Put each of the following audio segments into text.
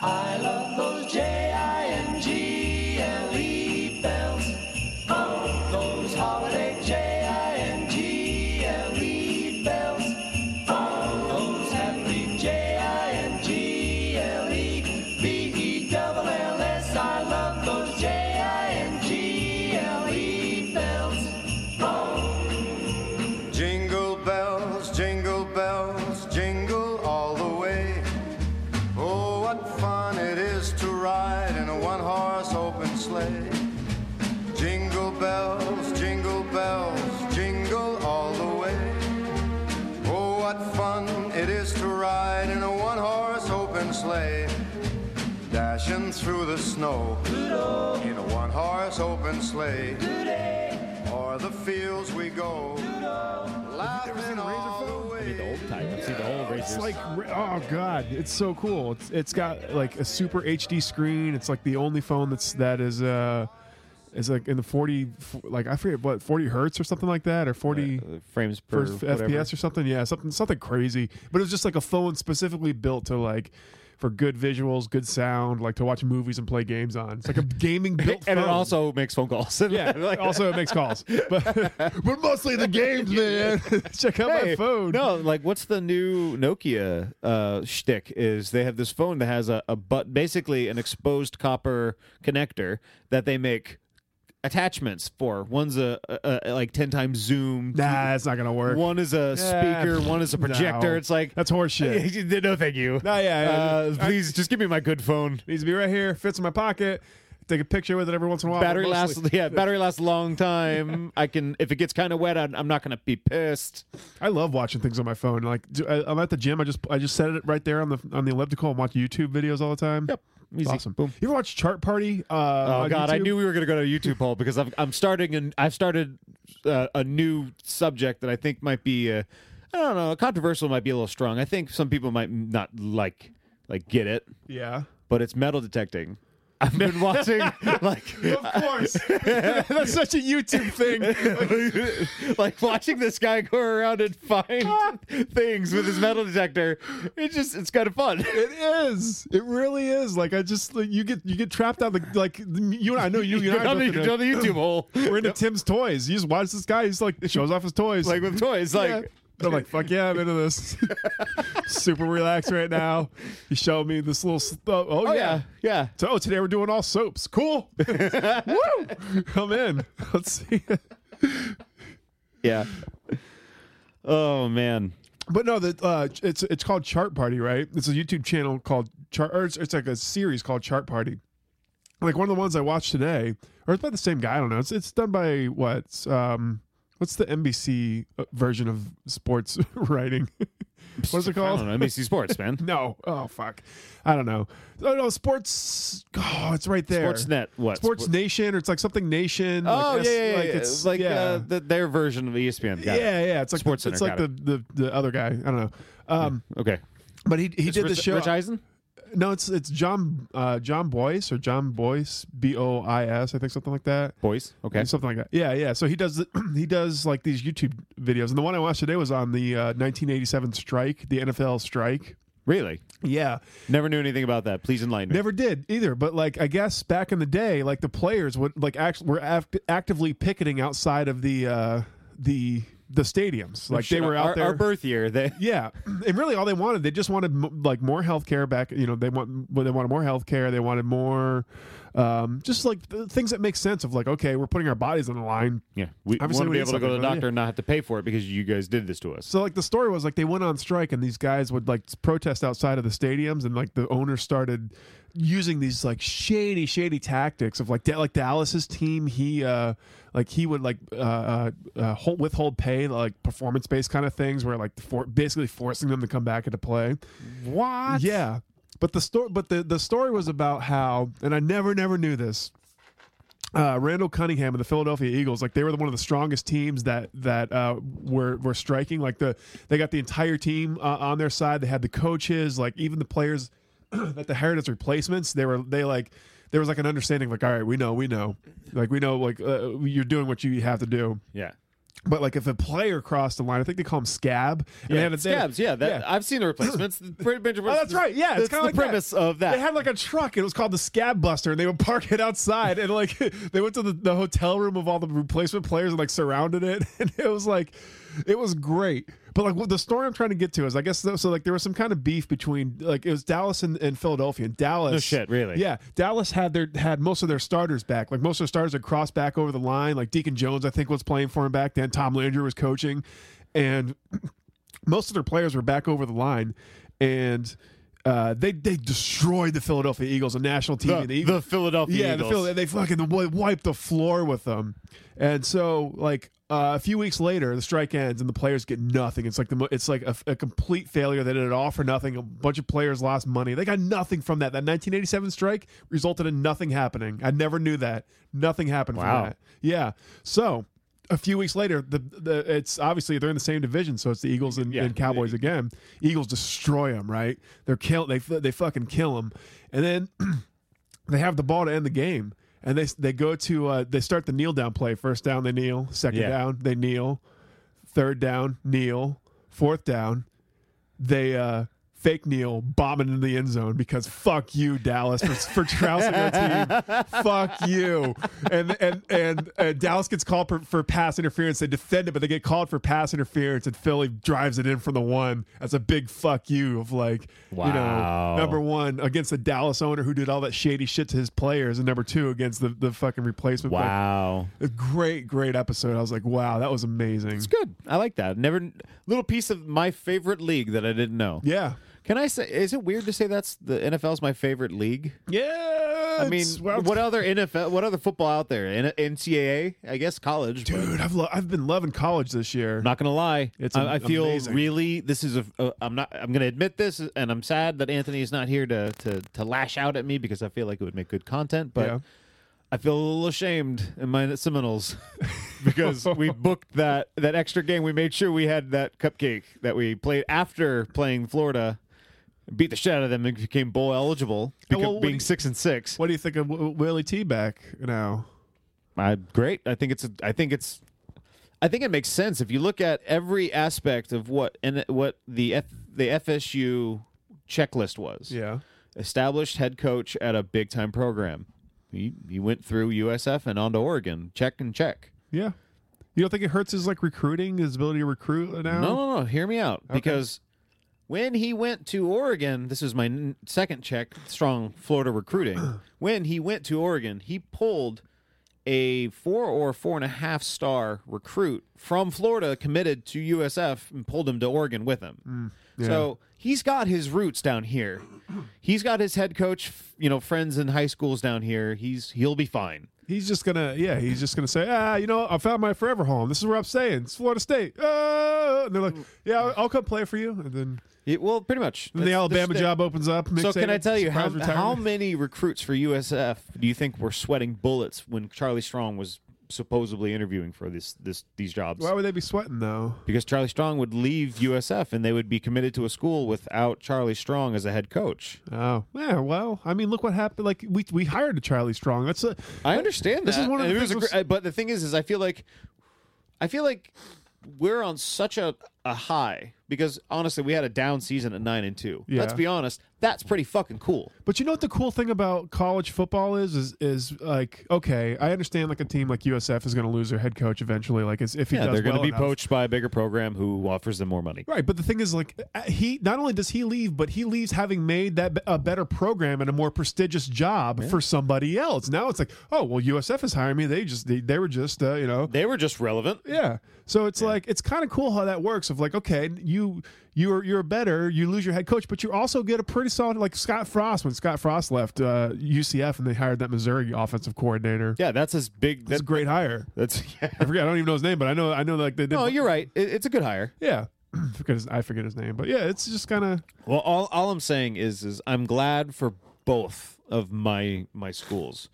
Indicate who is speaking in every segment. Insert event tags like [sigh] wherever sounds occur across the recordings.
Speaker 1: I love those J-I-N-G-L-E E bells. Oh, those holiday J-I-N-G-L-E E bells. Oh, those happy J-I-N-G-L-E E B-E-double-L-S. I love those J-I-N-G-L-E E bells.
Speaker 2: Jingle bells, jingle bells, jingle all the way. Oh, what fun it is to ride in a one horse open sleigh. Jingle bells, jingle bells, jingle all the way. Oh, what fun it is to ride in a one horse open sleigh. Dashing through the snow in a one horse open sleigh. O'er the fields we go. Laughing all the
Speaker 3: I mean, the
Speaker 2: way.
Speaker 3: old time. I've seen the whole
Speaker 4: It's
Speaker 3: racers.
Speaker 4: like, re- oh god, it's so cool. It's it's got like a super HD screen. It's like the only phone that's that is uh is like in the forty f- like I forget what forty hertz or something like that or forty
Speaker 3: Uh, frames per
Speaker 4: first FPS or something. Yeah, something something crazy. But it was just like a phone specifically built to like for good visuals, good sound, like to watch movies and play games on. It's like a
Speaker 3: [laughs]
Speaker 4: gaming built
Speaker 3: And it
Speaker 4: phone.
Speaker 3: also makes phone calls. [laughs]
Speaker 4: yeah,
Speaker 3: Like,
Speaker 4: also it makes
Speaker 3: [laughs]
Speaker 4: calls, but [laughs] but mostly the games, man. [laughs] Check out
Speaker 3: hey,
Speaker 4: my phone.
Speaker 3: No, like what's the new Nokia uh, shtick? Is they have this phone that has a, a but basically an exposed copper connector that they make attachments for. One's a, a, a like ten times zoom.
Speaker 4: nah, it's not gonna work.
Speaker 3: One is a
Speaker 4: Yeah.
Speaker 3: speaker. One is a projector.
Speaker 4: No.
Speaker 3: It's like
Speaker 4: That's
Speaker 3: [laughs]
Speaker 4: horseshit.
Speaker 3: no, thank you.
Speaker 4: No, yeah,
Speaker 3: Uh,
Speaker 4: yeah. I-
Speaker 3: please just give me my good phone.
Speaker 4: needs to be right here. Fits in my pocket. Take a picture with it every once in a while. but
Speaker 3: Battery lasts,
Speaker 4: mostly-
Speaker 3: yeah. Battery lasts a long time. I can, if it gets kind of wet, I'm, I'm not gonna be pissed.
Speaker 4: [laughs] I love watching things on my phone. Like do- I, am at the gym. I just I just set it right there on the on the elliptical and watch YouTube videos all the time.
Speaker 3: Yep.
Speaker 4: It's
Speaker 3: Easy.
Speaker 4: awesome.
Speaker 3: Boom.
Speaker 4: You ever watch Chart Party? Uh,
Speaker 3: Oh
Speaker 4: on
Speaker 3: God! I
Speaker 4: YouTube?
Speaker 3: knew we were going to go to YouTube poll because I've, I'm starting and I've started uh, a new subject that I think might be uh, I don't know controversial might be a little strong. I think some people might not like like get it, [laughs]
Speaker 4: Yeah.
Speaker 3: but it's metal detecting. I've
Speaker 4: [laughs]
Speaker 3: been watching like
Speaker 4: Of course. [laughs] That's such a YouTube thing.
Speaker 3: [laughs] like watching this guy go around and find
Speaker 4: [laughs]
Speaker 3: things with his metal detector. It's just it's kind of fun.
Speaker 4: It is. It really is. Like I just like, you get you get trapped on the like you and I know you,
Speaker 3: [laughs]
Speaker 4: you and I
Speaker 3: on, the,
Speaker 4: both
Speaker 3: on the YouTube hole,
Speaker 4: [laughs] we're into Tim's toys. You just watch this guy. He's like shows off his toys.
Speaker 3: like with toys,
Speaker 4: Yeah.
Speaker 3: like.
Speaker 4: They're like, fuck yeah, I'm
Speaker 3: [laughs]
Speaker 4: into this. Super relaxed right now. You show me this little. s- Oh, oh,
Speaker 3: Oh
Speaker 4: yeah.
Speaker 3: yeah, yeah.
Speaker 4: So oh, today we're doing all
Speaker 3: [laughs]
Speaker 4: soaps. Cool. Woo! Come in. Let's see.
Speaker 3: Yeah. Oh man.
Speaker 4: But no, that uh, it's it's called Chart Party, right? It's a YouTube channel called Chart. Or it's, it's like a series called Chart Party. Like one of the ones I watched today, or it's by the same guy. I don't know. It's it's done by what? Um, what's the NBC uh, version of sports [laughs] writing? What's it called?
Speaker 3: I don't know, NBC Sports, man.
Speaker 4: No. Oh fuck. I don't know. Oh no, sports. Oh, it's right [laughs] there.
Speaker 3: Sportsnet, what?
Speaker 4: Sports
Speaker 3: Sport-
Speaker 4: Nation, or it's like something Nation.
Speaker 3: Oh
Speaker 4: like
Speaker 3: yeah,
Speaker 4: S-
Speaker 3: yeah, yeah,
Speaker 4: like
Speaker 3: yeah.
Speaker 4: it's
Speaker 3: like
Speaker 4: yeah.
Speaker 3: Uh, the, their version of ESPN.
Speaker 4: yeah,
Speaker 3: Got it.
Speaker 4: yeah. It's like
Speaker 3: Sports
Speaker 4: the, it's
Speaker 3: Center,
Speaker 4: like the,
Speaker 3: got
Speaker 4: the the other guy. I don't know. Um,
Speaker 3: Okay.
Speaker 4: but he he did
Speaker 3: Rich,
Speaker 4: the show.
Speaker 3: Rich Eisen.
Speaker 4: no, it's it's John uh John Boyce or John Boyce B O I S I think something like that.
Speaker 3: Boys. Okay.
Speaker 4: Something like that. Yeah, yeah. So he does [clears throat] the, he does like these YouTube videos, and the one I watched today was on the uh, 1987 strike, the NFL strike.
Speaker 3: Really?
Speaker 4: Yeah,
Speaker 3: Never knew anything about that. Please enlighten me.
Speaker 4: Never did either, but like I guess back in the day, like the players would like act, were act, actively picketing outside of the uh, the the stadiums. Like they were out
Speaker 3: our,
Speaker 4: there.
Speaker 3: Our birth year.
Speaker 4: [laughs]
Speaker 3: They.
Speaker 4: yeah, and really all they wanted, they just wanted m- like more health care back. You know, they want well, they wanted more health care. They wanted more, um, just like th- things that make sense. Of like, okay, we're putting our bodies on the line.
Speaker 3: Yeah. We want
Speaker 4: Obviously
Speaker 3: to
Speaker 4: we
Speaker 3: be
Speaker 4: need
Speaker 3: able to go to the
Speaker 4: something,
Speaker 3: doctor
Speaker 4: yeah.
Speaker 3: and not have to pay for it because you guys did this to us.
Speaker 4: So like the story was like they went on strike and these guys would like protest outside of the stadiums and like the owners started using these like shady shady tactics of like da- like Dallas's team he uh like he would like uh, uh, uh hold, withhold pay like performance based kind of things where like for, basically forcing them to come back into play.
Speaker 3: What?
Speaker 4: Yeah. But the story but the the story was about how and I never never knew this uh, Randall Cunningham and the Philadelphia Eagles, like they were one of the strongest teams that that uh, were were striking. Like the they got the entire team uh, on their side. They had the coaches, like even the players [clears throat] that they hired as replacements. They were they like there was like an understanding, like all right, we know, we know, like we know, like uh, you're doing what you have to do.
Speaker 3: Yeah.
Speaker 4: But like if a player crossed the line, I think they call him scab. and they
Speaker 3: Yeah,
Speaker 4: had a- they had a-
Speaker 3: scabs. Yeah, that, I've seen the replacements. The
Speaker 4: [clears throat]
Speaker 3: pretty much-
Speaker 4: Oh, that's right. Yeah, it's
Speaker 3: that's
Speaker 4: kind
Speaker 3: the
Speaker 4: of like
Speaker 3: premise
Speaker 4: that.
Speaker 3: of that.
Speaker 4: They had like a truck. And it was called the Scab Buster, and they would park it outside. And like [laughs] they went to the, the hotel room of all the replacement players and like surrounded it, [laughs] and it was like it was great. But like what the story I'm trying to get to is, I guess so. Like there was some kind of beef between like it was Dallas and, and Philadelphia, and Dallas.
Speaker 3: No shit, really?
Speaker 4: Yeah, Dallas had their had most of their starters back. Like most of their starters had crossed back over the line. Like Deacon Jones, I think, was playing for him back then. Tom Landry was coaching, and most of their players were back over the line, and uh, they they destroyed the Philadelphia Eagles on national TV.
Speaker 3: the,
Speaker 4: and Eagles-
Speaker 3: the Philadelphia
Speaker 4: yeah,
Speaker 3: Eagles.
Speaker 4: the Philly, they fucking w- wiped the floor with them, and so like uh, a few weeks later, the strike ends and the players get nothing. It's like the mo- it's like a, a complete failure. They did it all for nothing. A bunch of players lost money. They got nothing from that. That 1987 strike resulted in nothing happening. I never knew that. Nothing happened
Speaker 3: Wow.
Speaker 4: from that. Yeah. So a few weeks later, the, the it's obviously they're in the same division, so it's the Eagles and,
Speaker 3: Yeah.
Speaker 4: and Cowboys again. Eagles destroy them, right? They're kill they they fucking kill them, and then they have the ball to end the game, and they they go to uh, they start the kneel down play. First down, they kneel. Second
Speaker 3: Yeah.
Speaker 4: down, they kneel. Third down, kneel. Fourth down, they uh, fake kneel, bombing into the end zone because fuck you, Dallas, for, for trouncing our team. fuck you. And and and uh, Dallas gets called for, for pass interference. They defend it, but they get called for pass interference, and Philly drives it in from the one. That's a big fuck you of like, you know,
Speaker 3: Wow.
Speaker 4: number one against the Dallas owner who did all that shady shit to his players, and number two against the, the fucking replacement. Like,
Speaker 3: Wow.
Speaker 4: a great, great episode. I was like, wow, that was amazing.
Speaker 3: It's good. I like that. Never little piece of my favorite league that I didn't know.
Speaker 4: Yeah.
Speaker 3: Can I say? Is it weird to say that's the NFL's my favorite league?
Speaker 4: Yeah.
Speaker 3: I mean, what other NFL? What other football out there? N- NCAA, I guess college. but
Speaker 4: dude? I've lo- I've been loving college this year.
Speaker 3: I'm not gonna lie,
Speaker 4: It's
Speaker 3: I
Speaker 4: am-
Speaker 3: I feel
Speaker 4: amazing.
Speaker 3: really this is a. Uh, I'm not. I'm gonna admit this, and I'm sad that Anthony is not here to to to lash out at me because I feel like it would make good content, but.
Speaker 4: Yeah.
Speaker 3: I feel a little ashamed in my Seminoles [laughs] because
Speaker 4: [laughs]
Speaker 3: we booked that that extra game. We made sure we had that cupcake that we played after playing Florida, beat the shit out of them, and became bowl eligible,
Speaker 4: Oh,
Speaker 3: beca-
Speaker 4: well, what do
Speaker 3: being
Speaker 4: you-
Speaker 3: six and six.
Speaker 4: What do you think of w- Willie T back now?
Speaker 3: I, great. I think it's. A, I think it's. I think it makes sense if you look at every aspect of what and what the F, the FSU checklist was.
Speaker 4: Yeah.
Speaker 3: Established head coach at a big time program. He he went through USF and on to Oregon. Check and check.
Speaker 4: Yeah. You don't think it hurts his like recruiting, his ability to recruit now?
Speaker 3: No, no, no. Hear me out because when he went to Oregon, this is my n- second check, strong Florida recruiting. when he went to Oregon, he pulled a four or four and a half star recruit from Florida committed to USF and pulled him to Oregon with him. So he's got his roots down here. He's got his head coach, f- you know, friends in high schools down here. He's he'll be fine.
Speaker 4: He's just gonna, yeah, he's just gonna say, ah, you know, I found my forever home. This is where I'm staying. It's Florida State. Ah! And they're like, yeah, I'll- I'll come play for you. And then
Speaker 3: It, well, pretty much.
Speaker 4: then the
Speaker 3: That's- that's
Speaker 4: Alabama
Speaker 3: the-
Speaker 4: job opens up. Nick
Speaker 3: So can I
Speaker 4: Saban,
Speaker 3: tell you how,
Speaker 4: surprise
Speaker 3: how
Speaker 4: retirement.
Speaker 3: many recruits for USF do you think were sweating bullets when Charlie Strong was supposedly interviewing for this this these jobs?
Speaker 4: Why would they be sweating though?
Speaker 3: because Charlie Strong would leave USF and they would be committed to a school without Charlie Strong as a head coach.
Speaker 4: Oh, yeah. Well, I mean, look what happened. Like we we hired a Charlie Strong. That's a
Speaker 3: I understand
Speaker 4: This
Speaker 3: that.
Speaker 4: is one of
Speaker 3: And
Speaker 4: the
Speaker 3: it was a
Speaker 4: things
Speaker 3: gr- uh, but the thing is, is I feel like, I feel like we're on such a, a high because honestly, we had a down season at nine and two. Let's
Speaker 4: Yeah.
Speaker 3: be honest, that's pretty fucking cool.
Speaker 4: But you know what the cool thing about college football is is is like okay, I understand like a team like USF is going to lose their head coach eventually. Like it's, if he
Speaker 3: Yeah,
Speaker 4: does
Speaker 3: they're going
Speaker 4: well
Speaker 3: to be
Speaker 4: enough.
Speaker 3: poached by a bigger program who offers them more money.
Speaker 4: Right, but the thing is, like, uh, he not only does he leave, but he leaves having made that b- a better program and a more prestigious job for somebody else. Now it's like, oh well, USF is hiring me. They just they, they were just uh, you know
Speaker 3: They were just relevant.
Speaker 4: Yeah. So it's like it's kind of cool how that works. Of like, okay, you you're you're better. You lose your head coach, but you also get a pretty solid like Scott Frost when Scott Frost left uh, UCF and they hired that Missouri offensive coordinator.
Speaker 3: Yeah, that's as big.
Speaker 4: That's
Speaker 3: That,
Speaker 4: a great hire.
Speaker 3: that's [laughs] yeah.
Speaker 4: I forget. I don't even know his name, but I know I know like they did.
Speaker 3: No, you're right. It, it's a good hire.
Speaker 4: yeah. [clears throat] I forget, his, I forget his name, but yeah, it's just kind of
Speaker 3: Well, all all I'm saying is is I'm glad for both of my my schools.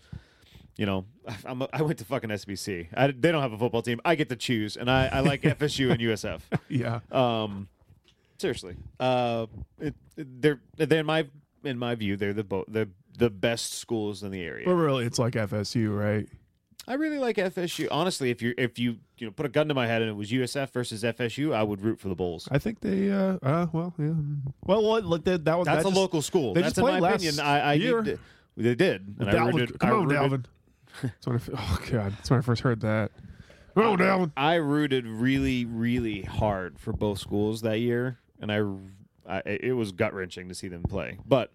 Speaker 3: You know, I'm a, I went to fucking SBC. I, they don't have a football team. I get to choose, and I, I [laughs] like FSU and USF.
Speaker 4: yeah.
Speaker 3: Um, seriously, uh, it, it- they're they in my in my view they're the bo- the the best schools in the area.
Speaker 4: But really, it's like FSU, right?
Speaker 3: I really like FSU. Honestly, if you if you you know put a gun to my head and it was USF versus FSU, I would root for the Bulls.
Speaker 4: I think they. Uh, uh well, yeah. Well, well, look, that, that was
Speaker 3: That's
Speaker 4: that
Speaker 3: a
Speaker 4: just-
Speaker 3: local school.
Speaker 4: they
Speaker 3: That's
Speaker 4: just
Speaker 3: in
Speaker 4: played
Speaker 3: my
Speaker 4: last
Speaker 3: opinion. I, I need
Speaker 4: year.
Speaker 3: to- they did, and I
Speaker 4: Dalvin,
Speaker 3: rooted.
Speaker 4: come
Speaker 3: I
Speaker 4: on,
Speaker 3: rooted, [laughs]
Speaker 4: Dalvin. That's when I, f- oh god, that's when I first heard that. Come on, Dalvin.
Speaker 3: I rooted really, really hard for both schools that year, and I, I it was gut wrenching to see them play. But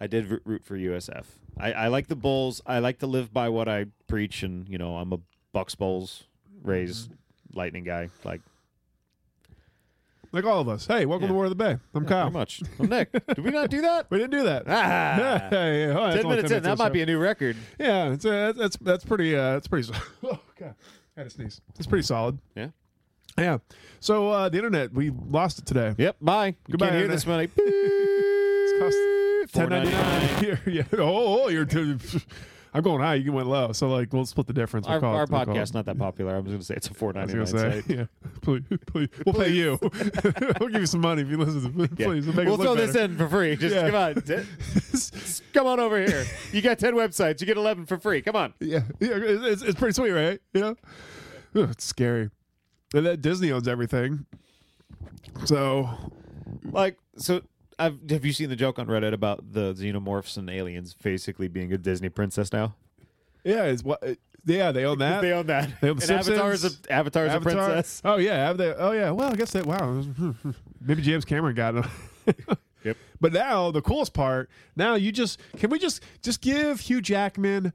Speaker 3: I did roo- root for USF. I, I like the Bulls. I like to live by what I preach, and you know I'm a Bucks Bulls raised
Speaker 4: Mm-hmm.
Speaker 3: Lightning guy. Like
Speaker 4: Like all of us. Hey, welcome
Speaker 3: Yeah.
Speaker 4: to War of the Bay. I'm
Speaker 3: how
Speaker 4: Kyle.
Speaker 3: much? I'm Nick. Did we not do
Speaker 4: [laughs]
Speaker 3: that?
Speaker 4: we didn't do that.
Speaker 3: Ah,
Speaker 4: Yeah, yeah, yeah. Oh, that's
Speaker 3: ten
Speaker 4: only
Speaker 3: minutes in. That
Speaker 4: the
Speaker 3: might be
Speaker 4: show.
Speaker 3: a new record.
Speaker 4: Yeah, it's, uh, that's that's pretty. Uh, that's pretty. [laughs] so- Oh god, I had a sneeze. It's pretty solid.
Speaker 3: Yeah.
Speaker 4: Yeah. So uh, the internet, we lost it today.
Speaker 3: Yep. Bye. You
Speaker 4: Goodbye,
Speaker 3: can't hear
Speaker 4: Anna.
Speaker 3: this money.
Speaker 4: It's cost ten ninety
Speaker 3: $4.99.
Speaker 4: nine. Yeah. Oh, oh, [laughs] you're. Too, [laughs] I'm going high. You went low. So like, we'll split the difference. We'll
Speaker 3: Our,
Speaker 4: call
Speaker 3: our
Speaker 4: it- we'll call it-
Speaker 3: podcast's not that popular. I was going to say it's a four
Speaker 4: I was
Speaker 3: ninety nine
Speaker 4: gonna say,
Speaker 3: site.
Speaker 4: [laughs] yeah. Please, please, we'll pay you. [laughs] we'll give you some money if you listen. To, [laughs] please,
Speaker 3: Yeah.
Speaker 4: we'll make
Speaker 3: we'll
Speaker 4: us look
Speaker 3: throw this in for free. Just
Speaker 4: Yeah.
Speaker 3: come
Speaker 4: [laughs]
Speaker 3: on, T-
Speaker 4: better.
Speaker 3: come on over here. You got ten websites. You get eleven for free. Come on.
Speaker 4: Yeah, [laughs] yeah, it's, it's- it's pretty sweet, right? You know, Ugh, it's scary. And that Disney owns everything. So
Speaker 3: Like so. I've, have you seen the joke on Reddit about the xenomorphs and aliens basically being a Disney princess now?
Speaker 4: yeah, it's what? it- yeah, they own that.
Speaker 3: They own that.
Speaker 4: They own The
Speaker 3: and Avatar's
Speaker 4: Simpsons.
Speaker 3: a, Avatar's a
Speaker 4: Avatar.
Speaker 3: princess.
Speaker 4: Oh yeah, have they- oh yeah. Well, I guess that. Wow, [laughs] maybe James Cameron got them. [laughs]
Speaker 3: Yep.
Speaker 4: But now the coolest part. Now you just can we just just give Hugh Jackman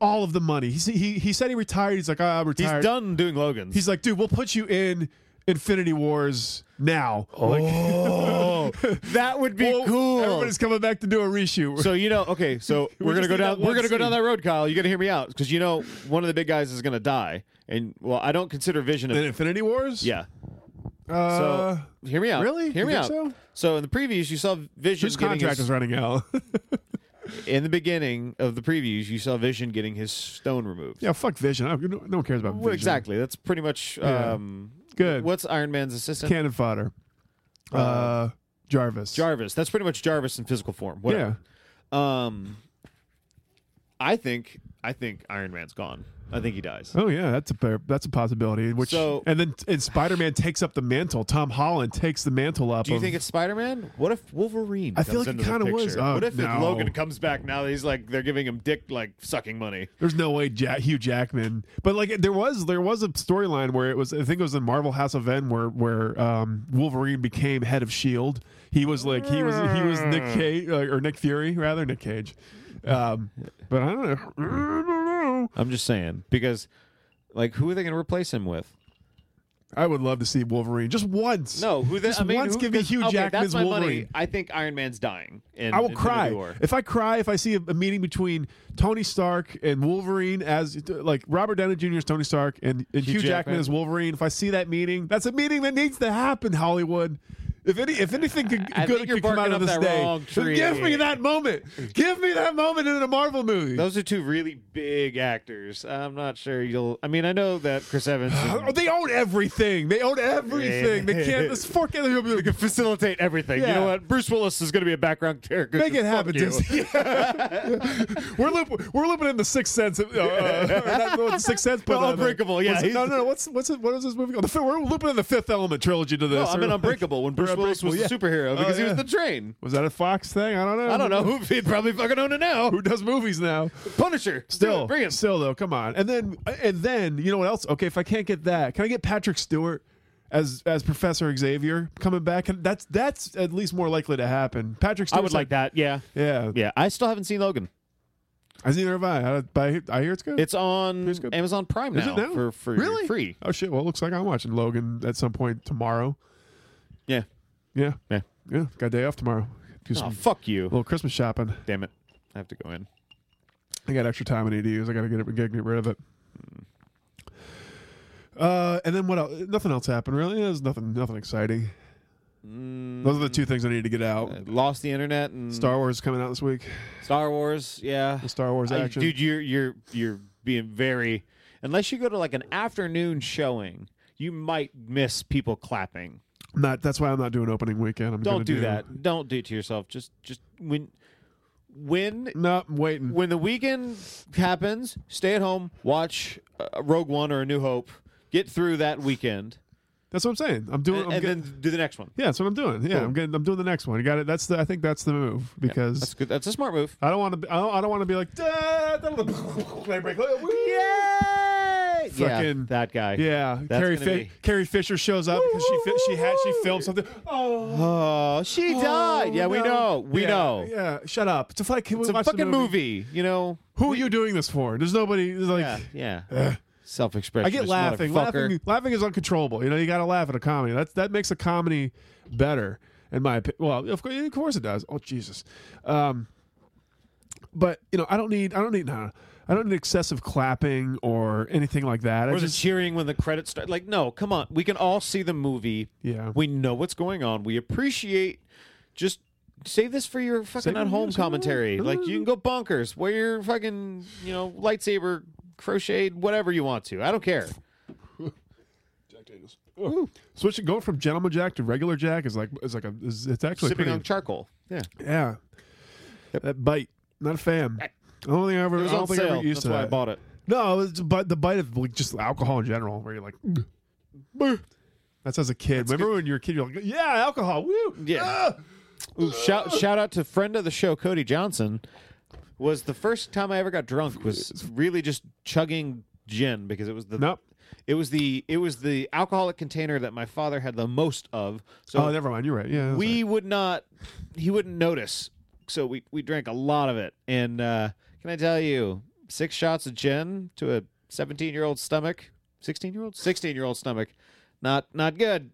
Speaker 4: all of the money. He he he said he retired. He's like, ah, I'm
Speaker 3: He's
Speaker 4: retired.
Speaker 3: done doing Logan's.
Speaker 4: He's like, dude, we'll put you in Infinity Wars now. Oh,
Speaker 3: [laughs] that would be cool.
Speaker 4: Everybody's coming back to do a [laughs] reshoot.
Speaker 3: So you know, okay, so
Speaker 4: [laughs] We
Speaker 3: we're gonna
Speaker 4: just
Speaker 3: go
Speaker 4: need
Speaker 3: down.
Speaker 4: that one
Speaker 3: We're gonna go down
Speaker 4: scene.
Speaker 3: that road, Kyle. You gotta hear me out because you know one of the big guys is gonna die, and well, I don't consider Vision.
Speaker 4: in
Speaker 3: A,
Speaker 4: Infinity Wars?
Speaker 3: [laughs] yeah. So
Speaker 4: Uh,
Speaker 3: hear me out.
Speaker 4: really?
Speaker 3: Hear
Speaker 4: You
Speaker 3: me
Speaker 4: think
Speaker 3: out.
Speaker 4: so?
Speaker 3: in the previews, you saw Vision.
Speaker 4: whose
Speaker 3: getting
Speaker 4: contract
Speaker 3: his-
Speaker 4: is running out? [laughs]
Speaker 3: in the beginning of the previews, you saw Vision getting his stone removed.
Speaker 4: yeah, fuck Vision. I, no, no one cares about
Speaker 3: Well,
Speaker 4: Vision.
Speaker 3: exactly. That's pretty much
Speaker 4: Yeah.
Speaker 3: um,
Speaker 4: Good.
Speaker 3: What's Iron Man's assistant?
Speaker 4: Cannon fodder. Uh, Jarvis.
Speaker 3: Jarvis. That's pretty much Jarvis in physical form.
Speaker 4: Yeah.
Speaker 3: Whatever. Um, I think I think Iron Man's gone. I think he dies.
Speaker 4: Oh yeah, that's a fair- that's a possibility. Which
Speaker 3: So-
Speaker 4: and then and Spider Man takes up the mantle. Tom Holland takes the mantle up.
Speaker 3: Do you
Speaker 4: of-
Speaker 3: think it's Spider Man? What if Wolverine?
Speaker 4: I feel
Speaker 3: comes
Speaker 4: like it
Speaker 3: into the
Speaker 4: kinda was.
Speaker 3: picture?
Speaker 4: Oh,
Speaker 3: what if it-
Speaker 4: no.
Speaker 3: Logan comes back now that he's like they're giving him dick like sucking money?
Speaker 4: There's no way Jack, Hugh Jackman, but like there was there was a storyline where it was I think it was in Marvel House of N where where um, Wolverine became head of Shield. E He was like he was he was Nick Cage or Nick Fury rather Nick Cage, um, but I don't know. I don't know.
Speaker 3: I'm just saying because like who are they going to replace him with?
Speaker 4: I would love to see Wolverine just once.
Speaker 3: No, who the,
Speaker 4: just
Speaker 3: I mean,
Speaker 4: once
Speaker 3: who-
Speaker 4: give me
Speaker 3: because-
Speaker 4: Hugh
Speaker 3: okay,
Speaker 4: Jackman's
Speaker 3: that's my
Speaker 4: Wolverine.
Speaker 3: money. I think Iron Man's dying. In,
Speaker 4: I will
Speaker 3: Infinity
Speaker 4: cry
Speaker 3: War.
Speaker 4: if I cry if I see a, a meeting between Tony Stark and Wolverine as like Robert Downey Jr. is Tony Stark and, and Hugh, Jackman.
Speaker 3: Jackman.
Speaker 4: as Wolverine. If I see that meeting, that's a meeting that needs to happen, Hollywood. If any if anything could,
Speaker 3: I
Speaker 4: good
Speaker 3: think you're
Speaker 4: could come out
Speaker 3: barking
Speaker 4: of
Speaker 3: up
Speaker 4: this
Speaker 3: that
Speaker 4: day,
Speaker 3: wrong
Speaker 4: then give me
Speaker 3: tree.
Speaker 4: that moment. Give me that moment in a Marvel movie.
Speaker 3: Those are two really big actors. I'm not sure you'll. I mean, I know that Chris
Speaker 4: [gasps]
Speaker 3: Evans and-
Speaker 4: Oh, they own everything. They own everything. They can't. This
Speaker 3: [laughs]
Speaker 4: fork.
Speaker 3: can facilitate everything. You
Speaker 4: Yeah.
Speaker 3: know what? Bruce Willis is going to be a background character.
Speaker 4: Make it
Speaker 3: Fuck
Speaker 4: happen,
Speaker 3: you. [laughs]
Speaker 4: Disney. [laughs] we're loop, we're looping in the Sixth Sense. Uh, [laughs] uh, not the Sixth Sense, but
Speaker 3: No,
Speaker 4: uh, the-
Speaker 3: Unbreakable, yeah,
Speaker 4: what's-
Speaker 3: he's-
Speaker 4: no, no, no. What's what's it, what is this movie called? The, fi- we're looping in the Fifth Element trilogy to
Speaker 3: No,
Speaker 4: this.
Speaker 3: I
Speaker 4: [laughs]
Speaker 3: mean
Speaker 4: Or-
Speaker 3: Unbreakable when Bruce
Speaker 4: Or
Speaker 3: Willis was a
Speaker 4: Unbreakable, yeah.
Speaker 3: superhero because
Speaker 4: Oh,
Speaker 3: he
Speaker 4: yeah.
Speaker 3: was the train.
Speaker 4: Was that a Fox thing? I don't know.
Speaker 3: I don't know [laughs] who he'd probably fucking own it now.
Speaker 4: Who does movies now?
Speaker 3: Punisher. Do
Speaker 4: Still,
Speaker 3: it, bring him.
Speaker 4: still though. Come on. And then and then you know what else? Okay, if I can't get that, can I get Patrick Stewart? As, as Professor Xavier coming back, and that's that's at least more likely to happen. Patrick, Stewart's
Speaker 3: that. Yeah.
Speaker 4: yeah,
Speaker 3: Yeah. I still haven't seen Logan.
Speaker 4: I neither have I. I, but I, hear- I hear it's good.
Speaker 3: It's on
Speaker 4: good.
Speaker 3: Amazon Prime now,
Speaker 4: Is it now?
Speaker 3: for for
Speaker 4: Really?
Speaker 3: free.
Speaker 4: Oh shit! Well, it looks like I'm watching Logan at some point tomorrow.
Speaker 3: Yeah.
Speaker 4: Yeah,
Speaker 3: Yeah.
Speaker 4: yeah. Got a day off tomorrow. Do some
Speaker 3: Oh, fuck you.
Speaker 4: little Christmas shopping.
Speaker 3: Damn it. I have to go in.
Speaker 4: I got extra time I need to use. I gotta get it, get, get rid of it. Uh, and then what else? Nothing else happened really. There's nothing, nothing exciting.
Speaker 3: Mm.
Speaker 4: Those are the two things I need to get out.
Speaker 3: I lost the internet and Star,
Speaker 4: Star Wars is coming out this week.
Speaker 3: Wars. Yeah.
Speaker 4: The Star Wars
Speaker 3: I-
Speaker 4: action.
Speaker 3: dude, you're you're you're being very unless you go to like an afternoon showing, you might miss people clapping.
Speaker 4: I'm not that's why I'm not doing opening weekend. I'm gonna
Speaker 3: Don't do that. Don't do it to yourself. Just just when when
Speaker 4: No, I'm waiting.
Speaker 3: when the weekend happens, stay at home, watch uh, Rogue One or A New Hope, get through that weekend,
Speaker 4: That's what I'm saying. I'm doing.
Speaker 3: and,
Speaker 4: I'm
Speaker 3: and
Speaker 4: getting,
Speaker 3: then do the next one.
Speaker 4: yeah, that's what I'm doing. Yeah, I'm getting. I'm doing the next one. You got it. That's the. I think that's the move because
Speaker 3: That's good. That's a smart move.
Speaker 4: I don't want to. Be, I don't, I don't want to be like. "Da, da, da, da," [laughs] when I break- woo.
Speaker 3: Yay!
Speaker 4: Fucking-
Speaker 3: that guy.
Speaker 4: Yeah,
Speaker 3: That's
Speaker 4: Carrie,
Speaker 3: gonna
Speaker 4: Fi-
Speaker 3: be-
Speaker 4: Carrie Fisher shows up because she fi- she had she filmed something. Oh,
Speaker 3: Oh, she died. Yeah, we
Speaker 4: no.
Speaker 3: know. We
Speaker 4: Yeah,
Speaker 3: know.
Speaker 4: Yeah, shut up. It's a, fuck,
Speaker 3: It's a fucking movie. You know.
Speaker 4: Who are you doing this for? There's nobody. There's like, uh,
Speaker 3: Yeah. Yeah. Self-expression.
Speaker 4: I get laughing. Laughing, laughing is uncontrollable. You know, you got to laugh at a comedy. That that makes a comedy better, in my opinion. Well, of course, of course it does. Oh Jesus, um, but you know, I don't need. I don't need. Nah, I don't need excessive clapping or anything like that. I
Speaker 3: Or the
Speaker 4: just
Speaker 3: cheering when the credits start. Like, no, come on. We can all see the movie.
Speaker 4: yeah.
Speaker 3: We know what's going on. We appreciate. Just save this for your fucking
Speaker 4: Save it
Speaker 3: at home
Speaker 4: for- save it.
Speaker 3: commentary. Like, you can go bonkers. Wear your fucking, you know, lightsaber, crocheted, whatever you want to. I don't care.
Speaker 4: Jack Daniels. Ooh. Switching, going from Gentleman Jack to regular Jack is like is like a is, it's actually
Speaker 3: Sipping
Speaker 4: pretty-
Speaker 3: on charcoal. Yeah.
Speaker 4: Yeah. That bite. Not a fan. I don't think I ever,
Speaker 3: It was
Speaker 4: I don't
Speaker 3: on
Speaker 4: think I
Speaker 3: sale.
Speaker 4: ever used
Speaker 3: That's
Speaker 4: to
Speaker 3: why
Speaker 4: that.
Speaker 3: I bought it.
Speaker 4: No, it was but the bite of like, just alcohol in general, where you're like, "Ugh." Bleh. that's as a kid. Remember when you were a kid, you're like, yeah, alcohol, woo.
Speaker 3: Yeah.
Speaker 4: Ah!
Speaker 3: Ooh, shout shout out to friend of the show Cody Johnson. Was the first time I ever got drunk was really just chugging gin because it was the
Speaker 4: Nope.
Speaker 3: it was the it was the alcoholic container that my father had the most of. So
Speaker 4: Oh, never mind. You're right. Yeah. that's
Speaker 3: we would not he wouldn't notice. So we we drank a lot of it and uh can I tell you six shots of gin to a 17-year-old stomach, 16-year-old, 16-year-old stomach. Not not good.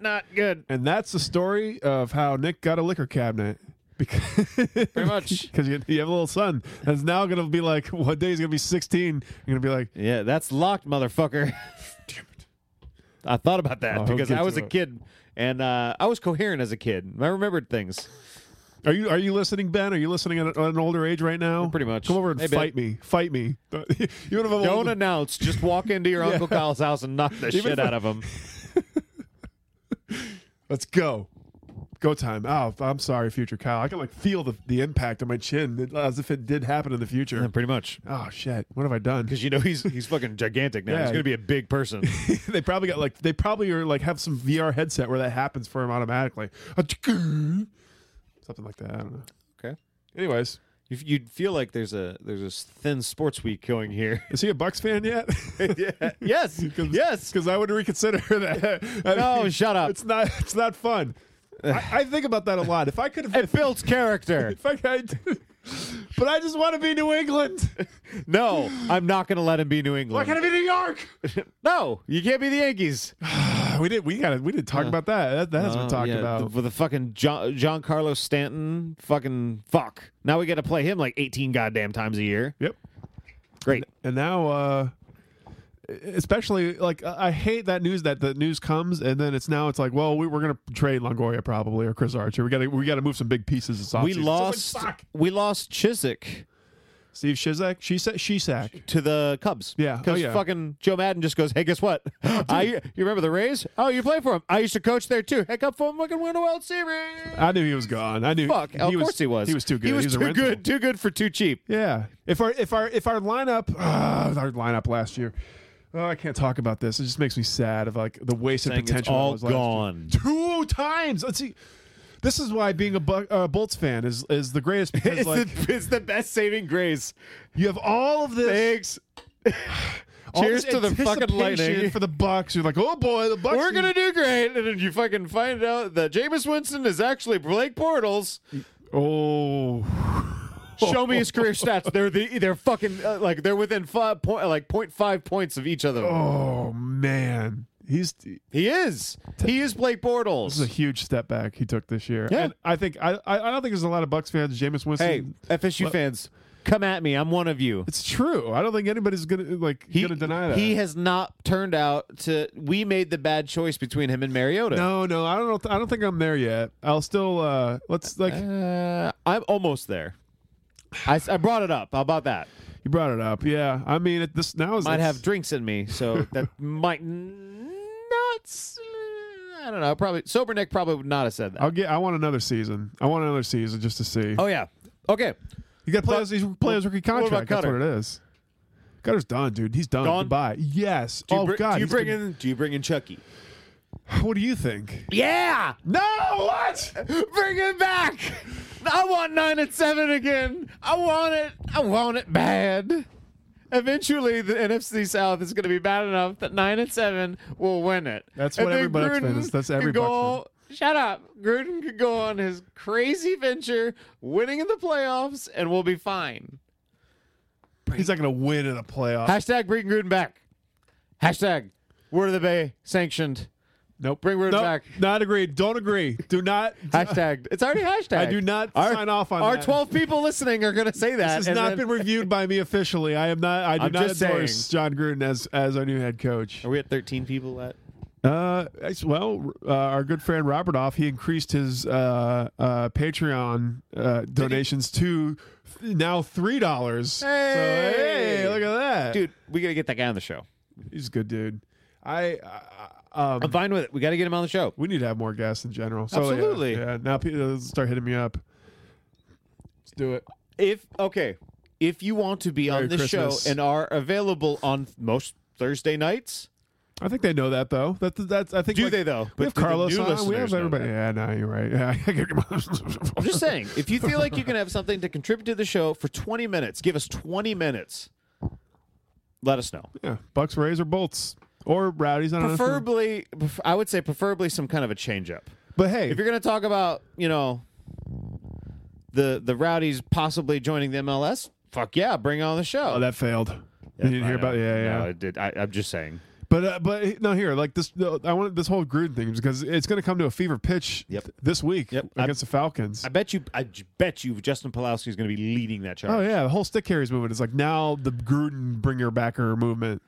Speaker 3: Not good.
Speaker 4: right. And that's the story of how Nick got a liquor cabinet. Because
Speaker 3: Pretty
Speaker 4: [laughs]
Speaker 3: much.
Speaker 4: because you, you have a little son that's now gonna be like one day he's gonna be 16. You're gonna be like,
Speaker 3: Yeah, that's locked, motherfucker. [laughs]
Speaker 4: damn it.
Speaker 3: I thought about that
Speaker 4: Oh, he'll
Speaker 3: because
Speaker 4: get
Speaker 3: I was
Speaker 4: to
Speaker 3: a
Speaker 4: it.
Speaker 3: kid and uh, I was coherent as a kid. I remembered things.
Speaker 4: Are you are you listening, Ben? Are you listening at, at an older age right now?
Speaker 3: Pretty much.
Speaker 4: Come over and
Speaker 3: Hey, Ben.
Speaker 4: fight me. Fight me. [laughs] you would have
Speaker 3: Don't announce. Just walk into [laughs] your Uncle Kyle's house and knock the [laughs] shit
Speaker 4: if-
Speaker 3: out of him.
Speaker 4: Let's go. Go time. Oh, I'm sorry, future Kyle. I can like feel the, the impact on my chin as if it did happen in the future.
Speaker 3: Pretty much.
Speaker 4: Oh shit. What have I done? [laughs]
Speaker 3: Because you know he's he's fucking gigantic now.
Speaker 4: Yeah.
Speaker 3: He's gonna be a big [laughs] person.
Speaker 4: they probably got like they probably are like have some VR headset where that happens for him automatically. Something like that. I don't know.
Speaker 3: okay.
Speaker 4: Anyways,
Speaker 3: You, you'd feel like there's a there's a thin sports week going here.
Speaker 4: is he a Bucks
Speaker 3: [laughs]
Speaker 4: fan yet? [laughs]
Speaker 3: yeah. [laughs] Yes. yes.
Speaker 4: because I would reconsider [laughs] that. I
Speaker 3: No, shut up.
Speaker 4: It's not. It's
Speaker 3: [sighs]
Speaker 4: not fun. I, I think about that a [laughs] lot. If
Speaker 3: [laughs]
Speaker 4: I could,
Speaker 3: It
Speaker 4: if,
Speaker 3: builds [laughs] character.
Speaker 4: if I could, [laughs] but I just want to be New England. [laughs]
Speaker 3: No, I'm not gonna let him be New
Speaker 4: Why
Speaker 3: England.
Speaker 4: can't I be New York?
Speaker 3: No, you can't be the Yankees.
Speaker 4: we did. We got. We didn't talk about that. That, that has been
Speaker 3: Oh,
Speaker 4: talked
Speaker 3: yeah,
Speaker 4: about.
Speaker 3: the, with the fucking John, John Carlos Stanton. Fucking fuck. Now we got to play him like eighteen goddamn times a year.
Speaker 4: yep.
Speaker 3: Great.
Speaker 4: And now, uh especially like I I hate that news that the news comes and then it's now it's like, well, we, we're gonna trade Longoria probably or Chris Archer. We gotta we gotta move some big pieces. This
Speaker 3: We
Speaker 4: offseason. So it's like,
Speaker 3: lost.
Speaker 4: fuck.
Speaker 3: we lost Chiswick
Speaker 4: Steve Shizak. She said Shisak.
Speaker 3: to the Cubs.
Speaker 4: Yeah.
Speaker 3: because
Speaker 4: Oh, yeah.
Speaker 3: fucking Joe Madden just goes, "Hey, guess
Speaker 4: [gasps]
Speaker 3: what? I you remember the Rays? Oh, you play for them. I used to coach there too. Heck up for them, fucking win a World Series.
Speaker 4: I knew Uh, he was gone. I knew
Speaker 3: Fuck. of course he was.
Speaker 4: He was too good.
Speaker 3: He was,
Speaker 4: a
Speaker 3: too
Speaker 4: rental.
Speaker 3: good. Too good for too cheap.
Speaker 4: Yeah. If our if our if our lineup ah, our lineup last year. Oh, I can't talk about this. It just makes me sad of like the wasted
Speaker 3: Saying it's
Speaker 4: potential. that
Speaker 3: all
Speaker 4: was last year.
Speaker 3: gone.
Speaker 4: Two times. Let's see. This is why being a Bu- uh, Bolts fan is is
Speaker 3: [laughs]
Speaker 4: the greatest because
Speaker 3: It's,
Speaker 4: like
Speaker 3: the, it's the best saving grace.
Speaker 4: you have all of this.
Speaker 3: Thanks.
Speaker 4: [sighs] all
Speaker 3: Cheers
Speaker 4: this
Speaker 3: to the fucking
Speaker 4: anticipation
Speaker 3: lightning.
Speaker 4: for the Bucks. You're like, oh boy, the Bucks.
Speaker 3: We're
Speaker 4: are-
Speaker 3: gonna do great, and then you fucking find out that Jameis Winston is actually Blake Portals.
Speaker 4: Oh,
Speaker 3: Show me his career stats. They're the they're fucking uh, like they're within five point like point five points of each other.
Speaker 4: oh man, he's this
Speaker 3: He is he is Blake
Speaker 4: is a
Speaker 3: Portals.
Speaker 4: huge step back he took this year.
Speaker 3: Yeah.
Speaker 4: and I think I I I don't think there's a lot of Bucks fans. Jameis Winston.
Speaker 3: Hey, FSU fans, come at me. I'm one of you.
Speaker 4: It's true. I don't think anybody's gonna like gonna deny that.
Speaker 3: He has not turned out to. We made the bad choice between him and Mariota.
Speaker 4: no, no, I don't. know. I don't think I'm there yet. I'll still uh let's like
Speaker 3: Uh, I'm almost there. I, s- I brought it up. How about that?
Speaker 4: you brought it up. Yeah, I mean it, this now is
Speaker 3: might
Speaker 4: it's-
Speaker 3: have drinks in me,
Speaker 4: [laughs]
Speaker 3: so that might not. s- I don't know. Probably sober Nick probably would not have said that.
Speaker 4: I'll get. I want another season. I want another season just to see.
Speaker 3: Oh yeah, Okay.
Speaker 4: You got to play as these play his rookie
Speaker 3: about
Speaker 4: contract. That's what
Speaker 3: Cutter?
Speaker 4: it is. Cutter's done, dude. He's done.
Speaker 3: Gone?
Speaker 4: Goodbye. Yes.
Speaker 3: Do you,
Speaker 4: oh
Speaker 3: br-
Speaker 4: God.
Speaker 3: do you
Speaker 4: he's
Speaker 3: bring
Speaker 4: gonna-
Speaker 3: in? Do you bring in Chucky?
Speaker 4: [sighs] What do you think?
Speaker 3: Yeah,
Speaker 4: No. What?
Speaker 3: bring him back. I want nine and seven again. I want it. I want it bad. Eventually, the NFC South is going to be bad enough that nine and seven will win it.
Speaker 4: That's
Speaker 3: And
Speaker 4: what
Speaker 3: then
Speaker 4: every Bucks fan
Speaker 3: Gruden
Speaker 4: is. That's
Speaker 3: can
Speaker 4: every
Speaker 3: go-
Speaker 4: Bucks
Speaker 3: Shut up. Gruden could go on his crazy venture, winning in the playoffs, and we'll be fine.
Speaker 4: He's not going to win in a playoff.
Speaker 3: Hashtag bring Gruden back. Hashtag word of the bay sanctioned.
Speaker 4: nope.
Speaker 3: Bring Gruden
Speaker 4: nope.
Speaker 3: back.
Speaker 4: Not agree. Don't agree. Do not.
Speaker 3: Hashtag. It's already hashtag.
Speaker 4: I do not
Speaker 3: Our-
Speaker 4: sign off on
Speaker 3: Our
Speaker 4: that.
Speaker 3: 12 people listening are going to say that.
Speaker 4: This has
Speaker 3: and
Speaker 4: not
Speaker 3: then-
Speaker 4: been reviewed by me officially. I am not. I do
Speaker 3: I'm
Speaker 4: not
Speaker 3: just
Speaker 4: endorse
Speaker 3: saying.
Speaker 4: John Gruden as as our new head coach.
Speaker 3: Are we at 13 people at?
Speaker 4: Uh, it's- well, uh, our good friend Robertoff, he increased his uh, uh, Patreon uh, donations to th- now three dollars.
Speaker 3: Hey!
Speaker 4: So, hey, look at that,
Speaker 3: Dude, we got to get that guy on the show.
Speaker 4: He's a good dude. I, I um,
Speaker 3: I'm fine with it. We got to get him on the show.
Speaker 4: we need to have more guests in general. So, yeah,
Speaker 3: Absolutely.
Speaker 4: Yeah, Now people start hitting me up. Let's do it.
Speaker 3: If okay, if you want to be
Speaker 4: Merry
Speaker 3: on the
Speaker 4: Christmas.
Speaker 3: show and are available on most Thursday nights,
Speaker 4: I think they know that though. That that's I think
Speaker 3: Do
Speaker 4: like,
Speaker 3: they, though? But
Speaker 4: We have
Speaker 3: do the
Speaker 4: Carlos
Speaker 3: new
Speaker 4: on. We
Speaker 3: listeners
Speaker 4: have
Speaker 3: know
Speaker 4: everybody.
Speaker 3: that?
Speaker 4: Yeah, no, you're right. [laughs] Yeah,
Speaker 3: I'm just saying, if you feel like you can have something to contribute to the show for 20 minutes, give us 20 minutes. Let us know.
Speaker 4: yeah, Bucks, Rays, or Bolts, or Rowdies. I don't know.
Speaker 3: Preferably, pref- I would say preferably some kind of a change up.
Speaker 4: But hey,
Speaker 3: If you're going to talk about, you know, the the rowdies possibly joining the MLS, fuck yeah, bring it on the show.
Speaker 4: Oh, that failed. you didn't hear about yeah, yeah.
Speaker 3: I did. I, I'm just saying.
Speaker 4: But uh, but no, here like this. no, I wanted this whole Gruden thing because it's going to come to a fever pitch
Speaker 3: Yep.
Speaker 4: this week
Speaker 3: Yep.
Speaker 4: against the Falcons.
Speaker 3: I bet you. I j- bet you Justin Pulowski is going to be leading that charge.
Speaker 4: oh yeah, the whole stick carries movement is like now the Gruden bring your backer movement.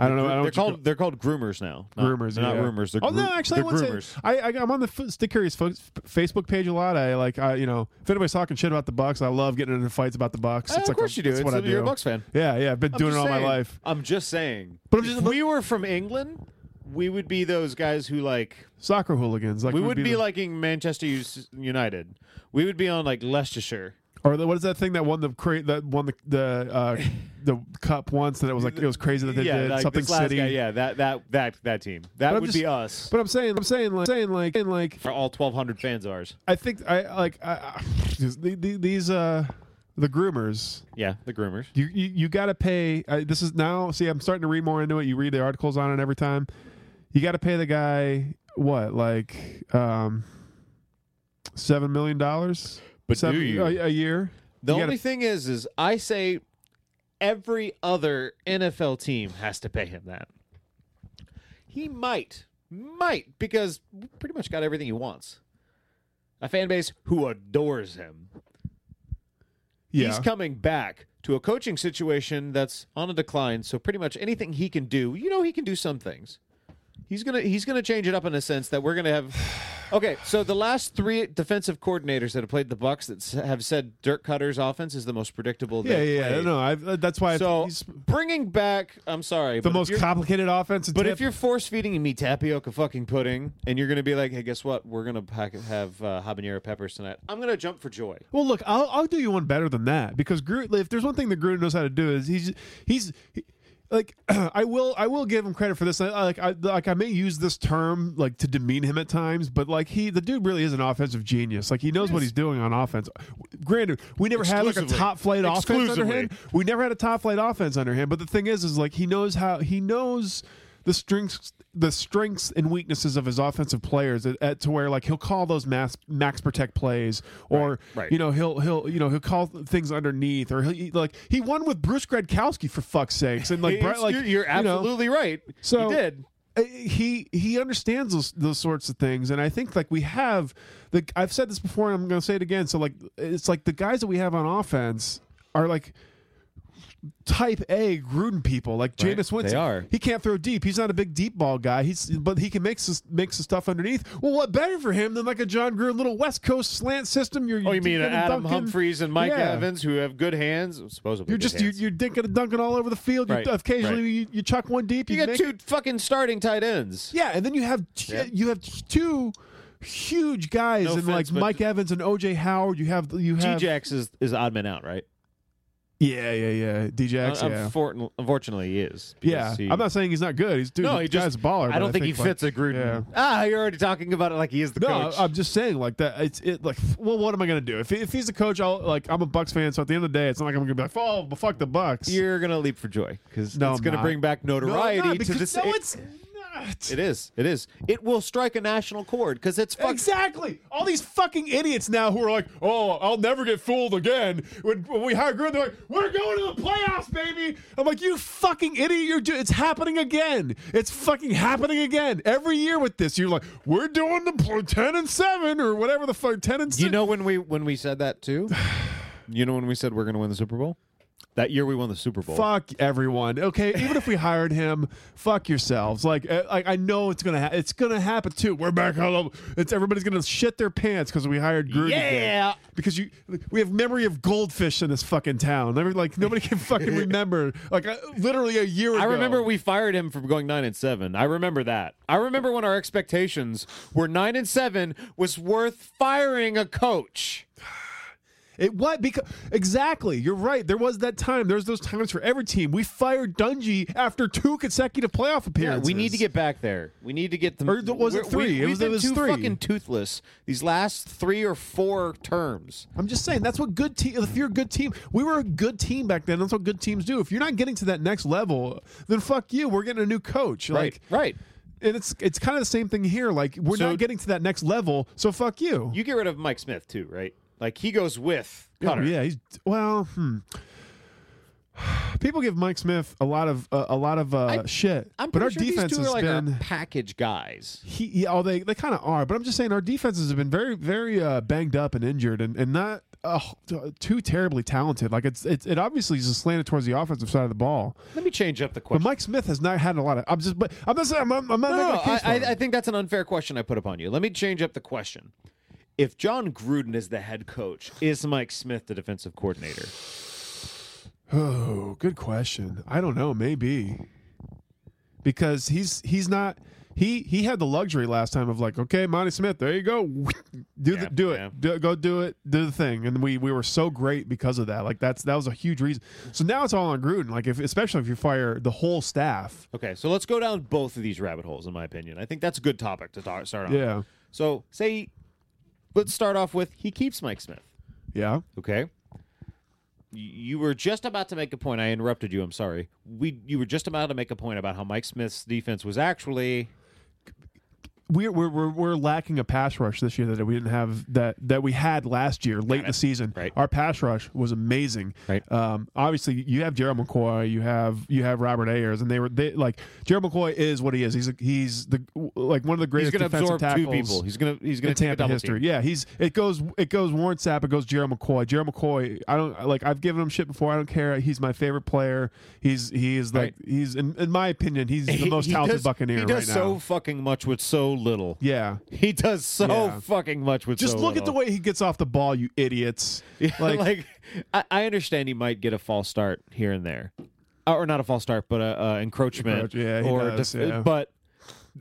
Speaker 4: I don't know. I don't
Speaker 3: They're
Speaker 4: what you
Speaker 3: called they're called groomers now.
Speaker 4: call-
Speaker 3: Not-
Speaker 4: groomers.
Speaker 3: they're not
Speaker 4: yeah.
Speaker 3: rumors. They're
Speaker 4: oh no,
Speaker 3: gro-
Speaker 4: actually, I
Speaker 3: they're
Speaker 4: would
Speaker 3: groomers.
Speaker 4: say I, I I'm on the F- stick carries fo- Facebook page a lot. I like I you know if anybody's talking shit about the Bucks, I love getting into fights about the Bucks.
Speaker 3: Eh,
Speaker 4: it's
Speaker 3: of
Speaker 4: like
Speaker 3: course you do.
Speaker 4: That's
Speaker 3: It's
Speaker 4: what I
Speaker 3: a-
Speaker 4: do.
Speaker 3: You're a Bucks fan.
Speaker 4: Yeah, yeah. I've been
Speaker 3: I'm
Speaker 4: doing it
Speaker 3: just
Speaker 4: all my
Speaker 3: saying.
Speaker 4: life.
Speaker 3: I'm just saying.
Speaker 4: But I'm just-
Speaker 3: if we were from England, we would be those guys who like
Speaker 4: Soccer hooligans. Like
Speaker 3: we
Speaker 4: we'd
Speaker 3: would be,
Speaker 4: the-
Speaker 3: liking Manchester U- United. We would be on like Leicestershire.
Speaker 4: Or the, what is that thing that won the cra- that won the the uh,
Speaker 3: [laughs]
Speaker 4: the cup once that it was like it was crazy that they
Speaker 3: yeah,
Speaker 4: did
Speaker 3: like
Speaker 4: something
Speaker 3: this last
Speaker 4: city.
Speaker 3: guy, yeah, that that that that team.
Speaker 4: But
Speaker 3: That
Speaker 4: I'm
Speaker 3: would
Speaker 4: just-
Speaker 3: be us.
Speaker 4: But I'm saying I'm saying like saying like saying like
Speaker 3: for all 1,200 fans of ours.
Speaker 4: I think I like I, I, [sighs] the- the- these uh the groomers
Speaker 3: Yeah, the groomers.
Speaker 4: you you, you got to pay uh, this is now see I'm starting to read more into it you read the articles on it every time you got to pay the guy what like um seven million dollars
Speaker 3: But do
Speaker 4: seven,
Speaker 3: you?
Speaker 4: a, a year
Speaker 3: The
Speaker 4: You gotta-
Speaker 3: only thing is, is I say every other NFL team has to pay him that. He might, might, because pretty much got everything he wants. A fan base who adores him.
Speaker 4: yeah
Speaker 3: He's coming back to a coaching situation that's on a decline. So pretty much anything he can do, you know, he can do some things. He's gonna he's gonna change it up in a sense that we're gonna have. [sighs] Okay, so the last three defensive coordinators that have played the Bucks that s- have said Dirk Cutter's offense is the most predictable.
Speaker 4: yeah
Speaker 3: they've
Speaker 4: yeah
Speaker 3: played.
Speaker 4: no I, that's why I-
Speaker 3: So
Speaker 4: he's-
Speaker 3: bringing back, I'm sorry,
Speaker 4: the most
Speaker 3: If you're,
Speaker 4: complicated offense. in
Speaker 3: but
Speaker 4: tip-
Speaker 3: if you're force feeding me tapioca fucking pudding, and you're gonna be like, hey, guess what? We're gonna pack, have uh, habanero peppers tonight. I'm gonna jump for joy.
Speaker 4: well, look, I'll, I'll do you one better than that because Gruden. If there's one thing that Gruden knows how to do is he's he's he- like [clears throat] I will I will give him credit for this. I, I- like I like I may use this term like to demean him at times, but like he the dude really is an offensive genius. Like he knows what he's doing on offense. Granted, we never had like a
Speaker 3: Exclusively.
Speaker 4: top flight offense under
Speaker 3: Exclusively.
Speaker 4: him. We never had a top flight offense under him. But the thing is, is like he knows how he knows the strengths, the strengths and weaknesses of his offensive players, at, at- to where like he'll call those max max protect plays, or
Speaker 3: right.
Speaker 4: you know he'll he'll you know he'll call th- things underneath, or he'll he, like he won with Bruce Gradkowski for fuck's sakes, and
Speaker 3: [laughs]
Speaker 4: like,
Speaker 3: It's-
Speaker 4: Brett, like
Speaker 3: you're, you're
Speaker 4: you know,
Speaker 3: absolutely right.
Speaker 4: So-
Speaker 3: he did.
Speaker 4: uh, he he understands those those sorts of things and i think like we have the i've said this before and i'm going to say it again so like it's like the guys that we have on offense are like type a gruden people like
Speaker 3: Right,
Speaker 4: Jameis winston
Speaker 3: they are.
Speaker 4: he can't throw deep he's not a big deep ball guy he's but he can make s- make some stuff underneath well what better for him than like a john gruden little west coast slant system you're
Speaker 3: Oh, you mean
Speaker 4: dinking and
Speaker 3: Adam
Speaker 4: dunking.
Speaker 3: Humphreys and Mike
Speaker 4: Yeah.
Speaker 3: Evans, who have good hands? Supposedly,
Speaker 4: you're
Speaker 3: good
Speaker 4: just you're,
Speaker 3: hands.
Speaker 4: you're dinking and dunking all over the field.
Speaker 3: Right,
Speaker 4: You, occasionally,
Speaker 3: right.
Speaker 4: you, you chuck one deep.
Speaker 3: You got
Speaker 4: make
Speaker 3: two fucking starting tight ends.
Speaker 4: Yeah, and then you have t-
Speaker 3: Yeah.
Speaker 4: you have two huge guys
Speaker 3: No
Speaker 4: and
Speaker 3: offense,
Speaker 4: like
Speaker 3: but-
Speaker 4: Mike Evans and OJ Howard. You have you have
Speaker 3: G-Jax is is odd man out, right?
Speaker 4: yeah yeah yeah DJX
Speaker 3: Un-
Speaker 4: yeah
Speaker 3: unfor- unfortunately, he is.
Speaker 4: yeah.
Speaker 3: because he-
Speaker 4: I'm not saying he's not good. He's dude.
Speaker 3: No,
Speaker 4: the
Speaker 3: he just-
Speaker 4: guy's a baller.
Speaker 3: I
Speaker 4: but
Speaker 3: don't think, he
Speaker 4: like-
Speaker 3: fits a Gruden.
Speaker 4: yeah.
Speaker 3: Ah, you're already talking about it like he is the
Speaker 4: No,
Speaker 3: coach.
Speaker 4: I- I'm just saying like that. It's it like well, what am I gonna do if if he's a coach? I'll like I'm a Bucks fan, so at the end of the day, it's not like I'm gonna be like oh but fuck the Bucks.
Speaker 3: you're gonna leap for joy because
Speaker 4: No,
Speaker 3: it's
Speaker 4: I'm
Speaker 3: gonna
Speaker 4: not.
Speaker 3: bring back
Speaker 4: no, I'm
Speaker 3: notoriety
Speaker 4: not,
Speaker 3: to
Speaker 4: because-
Speaker 3: this. e
Speaker 4: No,
Speaker 3: it-
Speaker 4: it's not.
Speaker 3: it is. It is. It will strike a national chord because it's fuck,
Speaker 4: Exactly. All these fucking idiots now who are like, "Oh, I'll never get fooled again." When, when we hire Gruden, they're like, "We're going to the playoffs, baby." I'm like, "You fucking idiot! You're do- it's happening again. It's fucking happening again every year with this. You're like, we're doing the pl- ten and seven or whatever the fuck ten and
Speaker 3: Do you
Speaker 4: seven.
Speaker 3: know when we when we said that
Speaker 4: [sighs]
Speaker 3: too? You know when we said we're going to win the Super Bowl? That year we won the Super Bowl.
Speaker 4: Fuck everyone. Okay, even if we hired him, fuck yourselves. Like, uh, like I know it's gonna ha- it's gonna happen too. We're back on. the- It's everybody's gonna shit their pants because we hired Gruden.
Speaker 3: Yeah.
Speaker 4: again. because you we have memory of goldfish in this fucking town. Remember, like nobody can fucking remember. Like uh, literally a year ago.
Speaker 3: I remember we fired him from going nine and seven. I remember that. I remember when our expectations were nine and seven was worth firing a coach.
Speaker 4: It what because exactly. You're right. There was that time. There's those times for every team. We fired Dungy after two consecutive playoff
Speaker 3: Yeah,
Speaker 4: appearances.
Speaker 3: we need to get back there. We need to get them.
Speaker 4: Or was it
Speaker 3: we're-
Speaker 4: three?
Speaker 3: We,
Speaker 4: It
Speaker 3: we've
Speaker 4: was- it
Speaker 3: been
Speaker 4: was
Speaker 3: too
Speaker 4: three.
Speaker 3: fucking toothless these last three or four terms.
Speaker 4: I'm just saying that's what good team. If you're a good team, we were a good team back then. That's what good teams do. If you're not getting to that next level, then fuck you. We're getting a new coach. Like,
Speaker 3: right.
Speaker 4: and it's it's kind of the same thing here. Like, we're
Speaker 3: So-
Speaker 4: not getting to that next level, so fuck you.
Speaker 3: You get rid of Mike Smith too, right? Like he goes with
Speaker 4: Yeah,
Speaker 3: Cutter.
Speaker 4: Yeah, he's well. Hmm. People give Mike Smith a lot of uh, a lot of uh, shit,
Speaker 3: I'm
Speaker 4: but
Speaker 3: pretty
Speaker 4: our
Speaker 3: sure
Speaker 4: defense
Speaker 3: these two
Speaker 4: has
Speaker 3: are like
Speaker 4: been.
Speaker 3: our package guys.
Speaker 4: he, yeah, oh, they they kind of are, but I'm just saying our defenses have been very, very uh, banged up and injured, and and not uh, too terribly talented. Like it's, it's it obviously is just slanted towards the offensive side of the ball.
Speaker 3: Let me change up the
Speaker 4: But
Speaker 3: question.
Speaker 4: Mike Smith has not had a lot of. I'm just, but I'm not saying I'm, I'm not
Speaker 3: No,
Speaker 4: making
Speaker 3: no,
Speaker 4: a case for
Speaker 3: I, I,
Speaker 4: him.
Speaker 3: I think that's an unfair question I put upon you. Let me change up the question. If John Gruden is the head coach, is Mike Smith the defensive coordinator?
Speaker 4: Oh, good question. I don't know. Maybe because he's he's not. He he had the luxury last time of like, okay, Monty Smith, there you go, [laughs] do
Speaker 3: Yeah,
Speaker 4: the, do it,
Speaker 3: yeah.
Speaker 4: do, go do it, do the thing, and we we were so great because of that. Like that's that was a huge reason. So now it's all on Gruden. Like if especially if you fire the whole staff,
Speaker 3: Okay, so let's go down both of these rabbit holes, in my opinion. I think that's a good topic to talk, start on.
Speaker 4: yeah,
Speaker 3: So, say, let's start off with he keeps Mike Smith.
Speaker 4: yeah,
Speaker 3: Okay. Y- You were just about to make a point. I interrupted you. I'm sorry. We you were just about to make a point about how Mike Smith's defense was actually
Speaker 4: we're we're we're, we're lacking a pass rush this year that we didn't have that that we had last year late in the season.
Speaker 3: Right.
Speaker 4: Our pass rush was amazing.
Speaker 3: Right.
Speaker 4: Um, obviously, you have Gerald McCoy, you have you have Robert Ayers, and they were they like Gerald McCoy is what he is. He's a, he's the like one of the
Speaker 3: he's
Speaker 4: greatest
Speaker 3: going to
Speaker 4: defensive
Speaker 3: absorb
Speaker 4: tackles
Speaker 3: two people. He's going to he's going
Speaker 4: in
Speaker 3: to take a
Speaker 4: Tampa
Speaker 3: double
Speaker 4: history.
Speaker 3: team.
Speaker 4: Yeah, he's it goes it goes Warren Sapp, it goes Gerald McCoy. Gerald McCoy, I don't like I've given him shit before. I don't care. He's my favorite player. He's he is like
Speaker 3: Right.
Speaker 4: he's in, in my opinion he's
Speaker 3: [laughs]
Speaker 4: the
Speaker 3: He-
Speaker 4: most
Speaker 3: he
Speaker 4: talented
Speaker 3: does-
Speaker 4: Buccaneer
Speaker 3: He does
Speaker 4: right
Speaker 3: so
Speaker 4: now.
Speaker 3: fucking much with so little.
Speaker 4: Yeah.
Speaker 3: He does so
Speaker 4: Yeah.
Speaker 3: fucking much with
Speaker 4: Just
Speaker 3: so
Speaker 4: look at the
Speaker 3: little.
Speaker 4: way he gets off the ball, you
Speaker 3: [laughs]
Speaker 4: idiots.
Speaker 3: like,
Speaker 4: [laughs] like,
Speaker 3: I, I understand he might get a false start here and there, Uh, or not a false start, but a, uh encroachment
Speaker 4: Encroach- yeah, he
Speaker 3: or
Speaker 4: does, yeah.
Speaker 3: but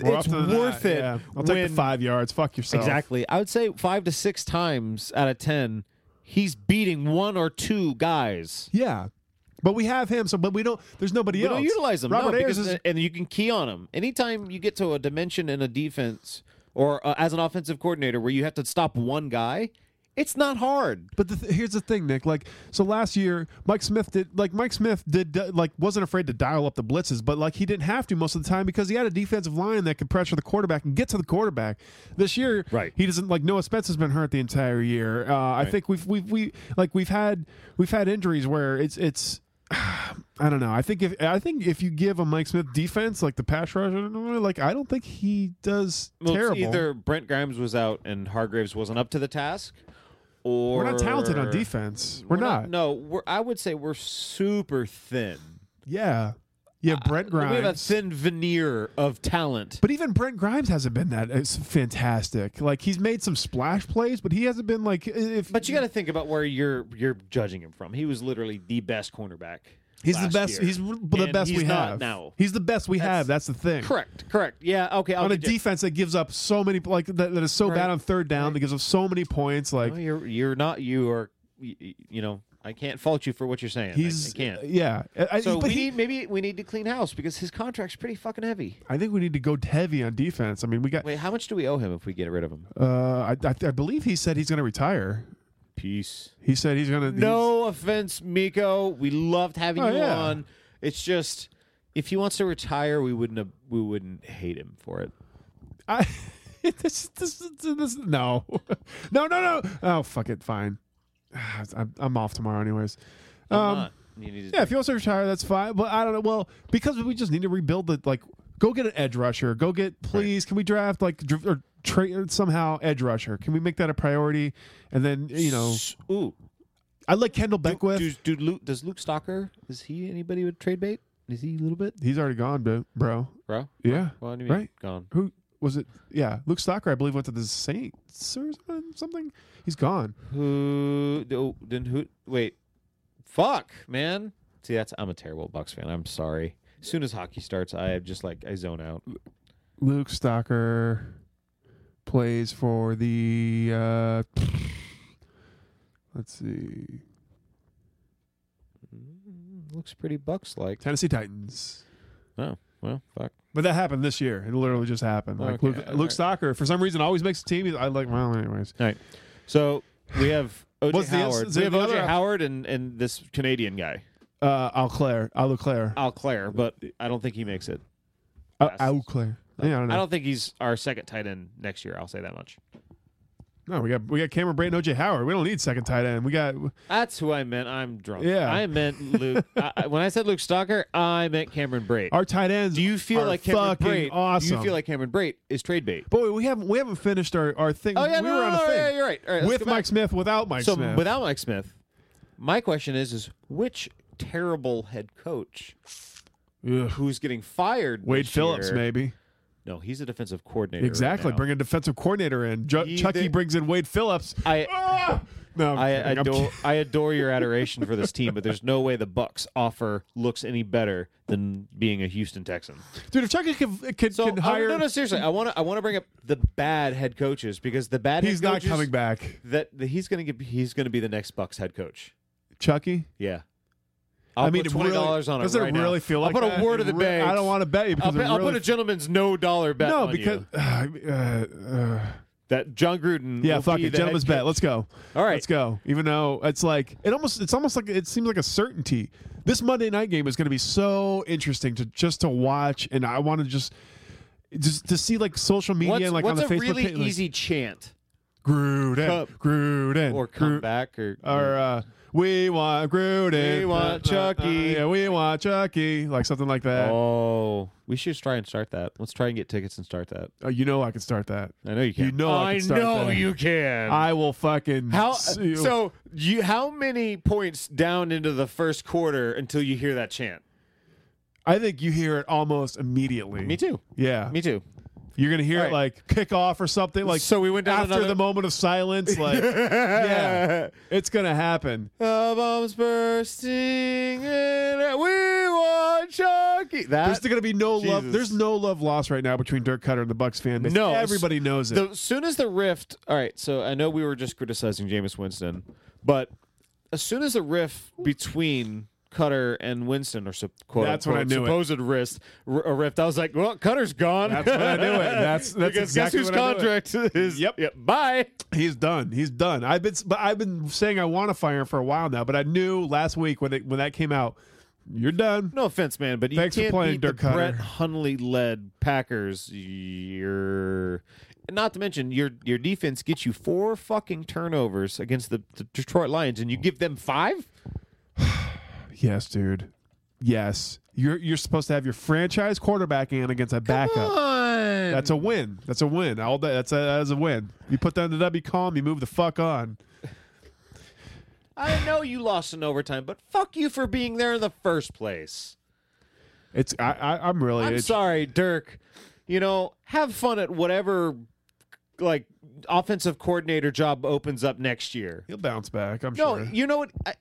Speaker 4: we're
Speaker 3: it's
Speaker 4: off to the-
Speaker 3: worth it.
Speaker 4: Yeah. I'll take
Speaker 3: when-
Speaker 4: the five yards. Fuck yourself.
Speaker 3: Exactly. I would say five to six times out of ten, he's beating one or two guys.
Speaker 4: Yeah. But we have him, so but we don't. There's nobody
Speaker 3: You
Speaker 4: else.
Speaker 3: don't utilize them,
Speaker 4: Robert
Speaker 3: no,
Speaker 4: Ayers
Speaker 3: because,
Speaker 4: is
Speaker 3: and you can key on them. Anytime you get to a dimension in a defense or uh, as an offensive coordinator where you have to stop one guy, it's not hard.
Speaker 4: But the th- here's the thing, Nick. Like, so last year, Mike Smith did like Mike Smith did di- like wasn't afraid to dial up the blitzes, but like he didn't have to most of the time because he had a defensive line that could pressure the quarterback and get to the quarterback. This year,
Speaker 3: Right.
Speaker 4: He doesn't like Noah Spence has been hurt the entire year. Uh, I think we've we've we like we've had we've had injuries where it's it's. [sighs] I don't know. I think if I think if you give a Mike Smith defense like the pass rush, like I don't think he does
Speaker 3: Well, it's
Speaker 4: terrible.
Speaker 3: Either Brent Grimes was out and Hargraves wasn't up to the task, or
Speaker 4: we're not talented on defense. We're,
Speaker 3: We're
Speaker 4: not.
Speaker 3: No, we're, I would say we're super thin.
Speaker 4: Yeah. Yeah, Brent Grimes.
Speaker 3: Uh, We have a thin veneer of talent.
Speaker 4: But even Brent Grimes hasn't been that it's fantastic. Like he's made some splash plays, but he hasn't been like if
Speaker 3: But you got to think about where you're you're judging him from. He was literally the best cornerback
Speaker 4: He's
Speaker 3: last
Speaker 4: the best.
Speaker 3: year.
Speaker 4: He's r- the
Speaker 3: And
Speaker 4: best
Speaker 3: he's
Speaker 4: we
Speaker 3: not
Speaker 4: have
Speaker 3: now.
Speaker 4: He's the best we
Speaker 3: That's-
Speaker 4: have. That's the thing.
Speaker 3: correct, correct. Yeah, okay. I'll
Speaker 4: On a
Speaker 3: give you-
Speaker 4: defense that gives up so many, like that, that is so
Speaker 3: Right. Oh,
Speaker 4: bad on third down, that gives up so many points. Like
Speaker 3: No, you're you're not you are y- y- you know I can't fault you for what you're saying. I-
Speaker 4: he's, uh,
Speaker 3: I, can't.
Speaker 4: yeah. I- I,
Speaker 3: So
Speaker 4: but
Speaker 3: we
Speaker 4: he-
Speaker 3: need, maybe we need to clean house because his contract's pretty fucking heavy.
Speaker 4: I think we need to go heavy on defense. I mean, we got.
Speaker 3: Wait, how much do we owe him if we get rid of him?
Speaker 4: Uh, I, I, I believe he said he's going to retire.
Speaker 3: Peace.
Speaker 4: He said he's going to.
Speaker 3: No offense, Miko. We loved having
Speaker 4: Oh,
Speaker 3: you
Speaker 4: yeah.
Speaker 3: on. It's just if he wants to retire, we wouldn't have, we wouldn't hate him for it.
Speaker 4: I, [laughs] this, this, this, this, no, [laughs] no, no, no. Oh, fuck it. Fine. [sighs] I'm, I'm off tomorrow, anyways.
Speaker 3: I'm
Speaker 4: Um,
Speaker 3: not. You need to-
Speaker 4: Yeah, if he wants to retire, that's fine. But I don't know. Well, because we just need to rebuild the like. Go get an edge rusher. Go get please. Can we draft like dr- or trade or somehow edge rusher? Can we make that a priority? And then you know,
Speaker 3: S- Ooh,
Speaker 4: I like Kendall Beckwith.
Speaker 3: do, do Luke, does Luke Stalker? Is he anybody with trade bait? Is he a little bit,
Speaker 4: He's already gone, bro. bro.
Speaker 3: bro?
Speaker 4: Yeah.
Speaker 3: Well, what do you mean?
Speaker 4: Right?
Speaker 3: Gone.
Speaker 4: Who was it? Yeah, Luke Stocker, I believe, went to the Saints or something- something. He's gone.
Speaker 3: Who? Oh, then who? Wait, fuck, man. See, that's I'm a terrible Bucks fan. I'm sorry. As soon as hockey starts, I am just like I zone out.
Speaker 4: Luke Stocker plays for the. Uh, [sniffs] let's see,
Speaker 3: Looks pretty Bucks like.
Speaker 4: Tennessee Titans.
Speaker 3: Oh well, fuck.
Speaker 4: But that happened this year. It literally just happened. Like
Speaker 3: Okay,
Speaker 4: Luke,
Speaker 3: all right.
Speaker 4: Luke Stocker, for some reason, always makes the team. I like. Well, anyways,
Speaker 3: All right. So we have OJ
Speaker 4: What's the-
Speaker 3: Howard.
Speaker 4: is
Speaker 3: we
Speaker 4: there
Speaker 3: have
Speaker 4: the
Speaker 3: OJ
Speaker 4: other-
Speaker 3: Howard and, and this Canadian guy,
Speaker 4: uh, Al Claire, Al Claire,
Speaker 3: Al Claire, but I don't think he makes it.
Speaker 4: Al, Al Claire. Yeah, I don't know.
Speaker 3: I don't think he's our second tight end next year. I'll say that much.
Speaker 4: no, we got we got Cameron Brayton, OJ Howard. We don't need second tight end. We got
Speaker 3: That's who I meant. I'm drunk.
Speaker 4: Yeah.
Speaker 3: I meant [laughs] Luke. I, I- when I said Luke Stalker, I meant Cameron Brait.
Speaker 4: our tight ends.
Speaker 3: do you feel
Speaker 4: are
Speaker 3: like Cameron
Speaker 4: fucking
Speaker 3: Brait?
Speaker 4: Awesome.
Speaker 3: Do you feel like Cameron Brait is trade bait?
Speaker 4: Boy, we haven't we haven't finished our, our thing.
Speaker 3: Oh yeah,
Speaker 4: we
Speaker 3: no,
Speaker 4: were
Speaker 3: no,
Speaker 4: on
Speaker 3: no,
Speaker 4: a thing
Speaker 3: yeah, you're right. All right, let's
Speaker 4: with
Speaker 3: go back.
Speaker 4: Mike Smith, without Mike
Speaker 3: So
Speaker 4: Smith.
Speaker 3: without Mike Smith, my question is: Is which terrible head coach
Speaker 4: Ugh.
Speaker 3: who's getting fired?
Speaker 4: Wade
Speaker 3: this
Speaker 4: Phillips,
Speaker 3: year-
Speaker 4: maybe
Speaker 3: No, he's a defensive coordinator. right
Speaker 4: exactly.
Speaker 3: now.
Speaker 4: Bring a defensive coordinator in. Ju-
Speaker 3: He-
Speaker 4: Chucky
Speaker 3: they-
Speaker 4: brings in
Speaker 3: [laughs]
Speaker 4: Wade Phillips.
Speaker 3: I-
Speaker 4: Ah! no, [laughs] I'm
Speaker 3: I
Speaker 4: kidding. I'm
Speaker 3: adore
Speaker 4: kidding.
Speaker 3: I adore your adoration for this team, but there's no way the Bucks offer looks any better than being a Houston Texan.
Speaker 4: dude. If Chucky can, can,
Speaker 3: So
Speaker 4: can
Speaker 3: I-
Speaker 4: hire,
Speaker 3: no, no, seriously, I want to I want to bring up the bad head coaches because the bad
Speaker 4: he's
Speaker 3: head
Speaker 4: not
Speaker 3: coaches
Speaker 4: coming back.
Speaker 3: That, that he's going to get he's going to be the next Bucks head coach.
Speaker 4: Chucky.
Speaker 3: Yeah. I'll
Speaker 4: mean,
Speaker 3: put
Speaker 4: it really-
Speaker 3: twenty dollars on it
Speaker 4: does it
Speaker 3: right now.
Speaker 4: really feel like
Speaker 3: I'll put
Speaker 4: that?
Speaker 3: a word
Speaker 4: It
Speaker 3: of the
Speaker 4: re-
Speaker 3: bank.
Speaker 4: I don't wanna bet you because
Speaker 3: I'll,
Speaker 4: it
Speaker 3: bet- I'll put
Speaker 4: really-
Speaker 3: a gentleman's no dollar bet.
Speaker 4: no,
Speaker 3: on
Speaker 4: because [sighs]
Speaker 3: you.
Speaker 4: uh, uh, uh,
Speaker 3: that John Gruden.
Speaker 4: yeah,
Speaker 3: will
Speaker 4: fuck
Speaker 3: be
Speaker 4: it,
Speaker 3: the
Speaker 4: gentlemen's
Speaker 3: head
Speaker 4: bet. Let's go.
Speaker 3: All right.
Speaker 4: let's go. Even though it's like it almost, it's almost like it seems like a certainty. This Monday night game is going to be so interesting to just to watch, and I want to just just to see like social media
Speaker 3: What's,
Speaker 4: and like
Speaker 3: what's
Speaker 4: on the
Speaker 3: a
Speaker 4: Facebook
Speaker 3: really
Speaker 4: page, like,
Speaker 3: easy chant
Speaker 4: Gruden,
Speaker 3: Cup.
Speaker 4: Gruden,
Speaker 3: or
Speaker 4: Gru-
Speaker 3: come back or
Speaker 4: or uh, we want Gruden, Uh,
Speaker 3: We want Chucky.
Speaker 4: yeah, we want Chucky, like something like that. Oh.
Speaker 3: Oh, we should try and start that. Let's try and get tickets and start that.
Speaker 4: Uh, you know I can start that.
Speaker 3: I know you can.
Speaker 4: You know I can start that.
Speaker 3: can.
Speaker 4: I will fucking
Speaker 3: how uh,
Speaker 4: sue-
Speaker 3: so you how many points down into the first quarter until you hear that chant?
Speaker 4: I think you hear it almost immediately.
Speaker 3: Me too.
Speaker 4: Yeah,
Speaker 3: Me too.
Speaker 4: You're gonna hear
Speaker 3: All
Speaker 4: it
Speaker 3: right.
Speaker 4: like kick off or something. Like
Speaker 3: So we went down
Speaker 4: after
Speaker 3: another-
Speaker 4: the moment of
Speaker 3: [laughs]
Speaker 4: silence. Like yeah, it's gonna happen.
Speaker 3: The bombs bursting and we want Chucky.
Speaker 4: There's
Speaker 3: That
Speaker 4: gonna be no love.
Speaker 3: Jesus.
Speaker 4: There's no love lost right now between Dirk Cutter and the Bucks fan base.
Speaker 3: No,
Speaker 4: everybody knows it.
Speaker 3: the soon as the rift. All right, so I know we were just criticizing Jameis Winston, but as soon as the rift between Cutter and Winston, or sup- quote
Speaker 4: That's when I
Speaker 3: unquote,
Speaker 4: knew it.
Speaker 3: supposed rift, r- a rift, I was like, well, Cutter's gone.
Speaker 4: that's when I
Speaker 3: [laughs]
Speaker 4: knew it. That's that's
Speaker 3: because
Speaker 4: exactly
Speaker 3: guess whose
Speaker 4: when I knew it.
Speaker 3: contract [laughs] is?
Speaker 4: Yep.
Speaker 3: Yep. Bye.
Speaker 4: He's done. He's done. I've been, but I've been saying I want to fire him for a while now. But I knew last week when it, when that came out, you're done.
Speaker 3: No offense, man, but you
Speaker 4: Thanks for
Speaker 3: can't
Speaker 4: playing,
Speaker 3: beat
Speaker 4: Dirk
Speaker 3: the Brett
Speaker 4: Cutter.
Speaker 3: Hundley led Packers. You're not to mention your your defense gets you four fucking turnovers against the, the Detroit Lions, and you give them five.
Speaker 4: Yes, dude. Yes, you're you're supposed to have your franchise quarterback in against a backup.
Speaker 3: on.
Speaker 4: That's a win. That's a win. All day. That's a, that's a win. You put down the W, calm. You move the fuck on.
Speaker 3: I know you lost in overtime, but fuck you for being there in the first place.
Speaker 4: It's I, I I'm really
Speaker 3: I'm
Speaker 4: it's,
Speaker 3: sorry, Dirk. You know, have fun at whatever like offensive coordinator job opens up next year.
Speaker 4: He'll bounce back, I'm
Speaker 3: No,
Speaker 4: sure.
Speaker 3: you know what? I,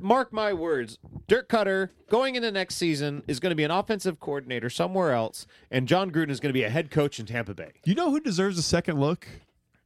Speaker 3: mark my words. Dirk Cutter going into next season is going to be an offensive coordinator somewhere else, and John Gruden is going to be a head coach in Tampa Bay.
Speaker 4: You know who deserves a second look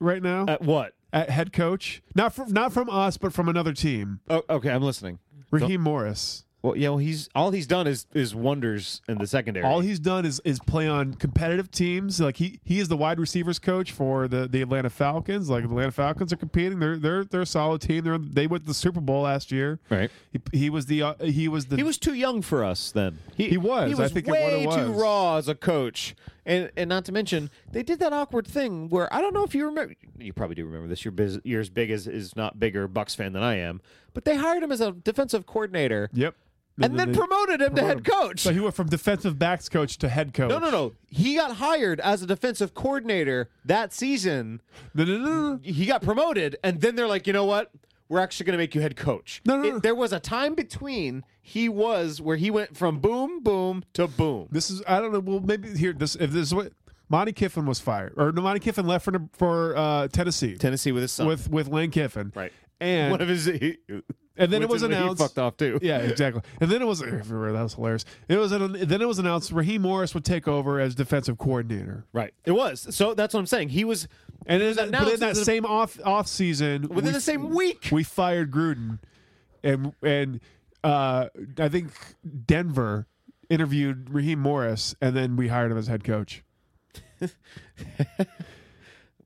Speaker 4: right now
Speaker 3: At what?
Speaker 4: at head coach? Not from not from us, but from another team.
Speaker 3: Oh, okay, I'm listening.
Speaker 4: Raheem Morris.
Speaker 3: Well, yeah, well, he's all he's done is is wonders in the secondary.
Speaker 4: All he's done is is play on competitive teams. Like he he is the wide receivers coach for the, the Atlanta Falcons. Like the Atlanta Falcons are competing. They're they're they're a solid team. They're they went to the Super Bowl last year.
Speaker 3: Right.
Speaker 4: He, he was the uh, he was the
Speaker 3: he was too young for us then.
Speaker 4: He was.
Speaker 3: He was
Speaker 4: I think it what
Speaker 3: way
Speaker 4: it
Speaker 3: too
Speaker 4: was.
Speaker 3: raw as a coach, and and not to mention they did that awkward thing where I don't know if you remember. You probably do remember this. You're, biz, you're as big as is not bigger Bucks fan than I am, but they hired him as a defensive coordinator.
Speaker 4: yep.
Speaker 3: And then
Speaker 4: they-
Speaker 3: promoted him to
Speaker 4: promote
Speaker 3: head
Speaker 4: him.
Speaker 3: coach.
Speaker 4: So he went from defensive backs coach to head coach.
Speaker 3: No, no, no. He got hired as a defensive coordinator that season.
Speaker 4: No, no, no, no.
Speaker 3: He got promoted, and then they're like, you know what? We're actually going to make you head coach.
Speaker 4: No, no, no.
Speaker 3: There was a time between he was where he went from boom, boom to boom.
Speaker 4: This is I don't know. Well, maybe here this if this is what Monty Kiffin was fired or no, Monty Kiffin left for for uh, Tennessee
Speaker 3: Tennessee with his son.
Speaker 4: with with Lane Kiffin,
Speaker 3: Right. [laughs]
Speaker 4: And
Speaker 3: one of his. He,
Speaker 4: and then it was announced.
Speaker 3: He fucked off too.
Speaker 4: Yeah, exactly. And then it was everywhere. That was hilarious. It was then it was announced Raheem Morris would take over as defensive coordinator.
Speaker 3: Right. It was. So that's what I'm saying. He was
Speaker 4: And in that, but
Speaker 3: announced
Speaker 4: in that
Speaker 3: as a-
Speaker 4: same off off season,
Speaker 3: within
Speaker 4: we-
Speaker 3: the same week.
Speaker 4: we fired Gruden, and and uh, I think Denver interviewed Raheem Morris, and then we hired him as head coach.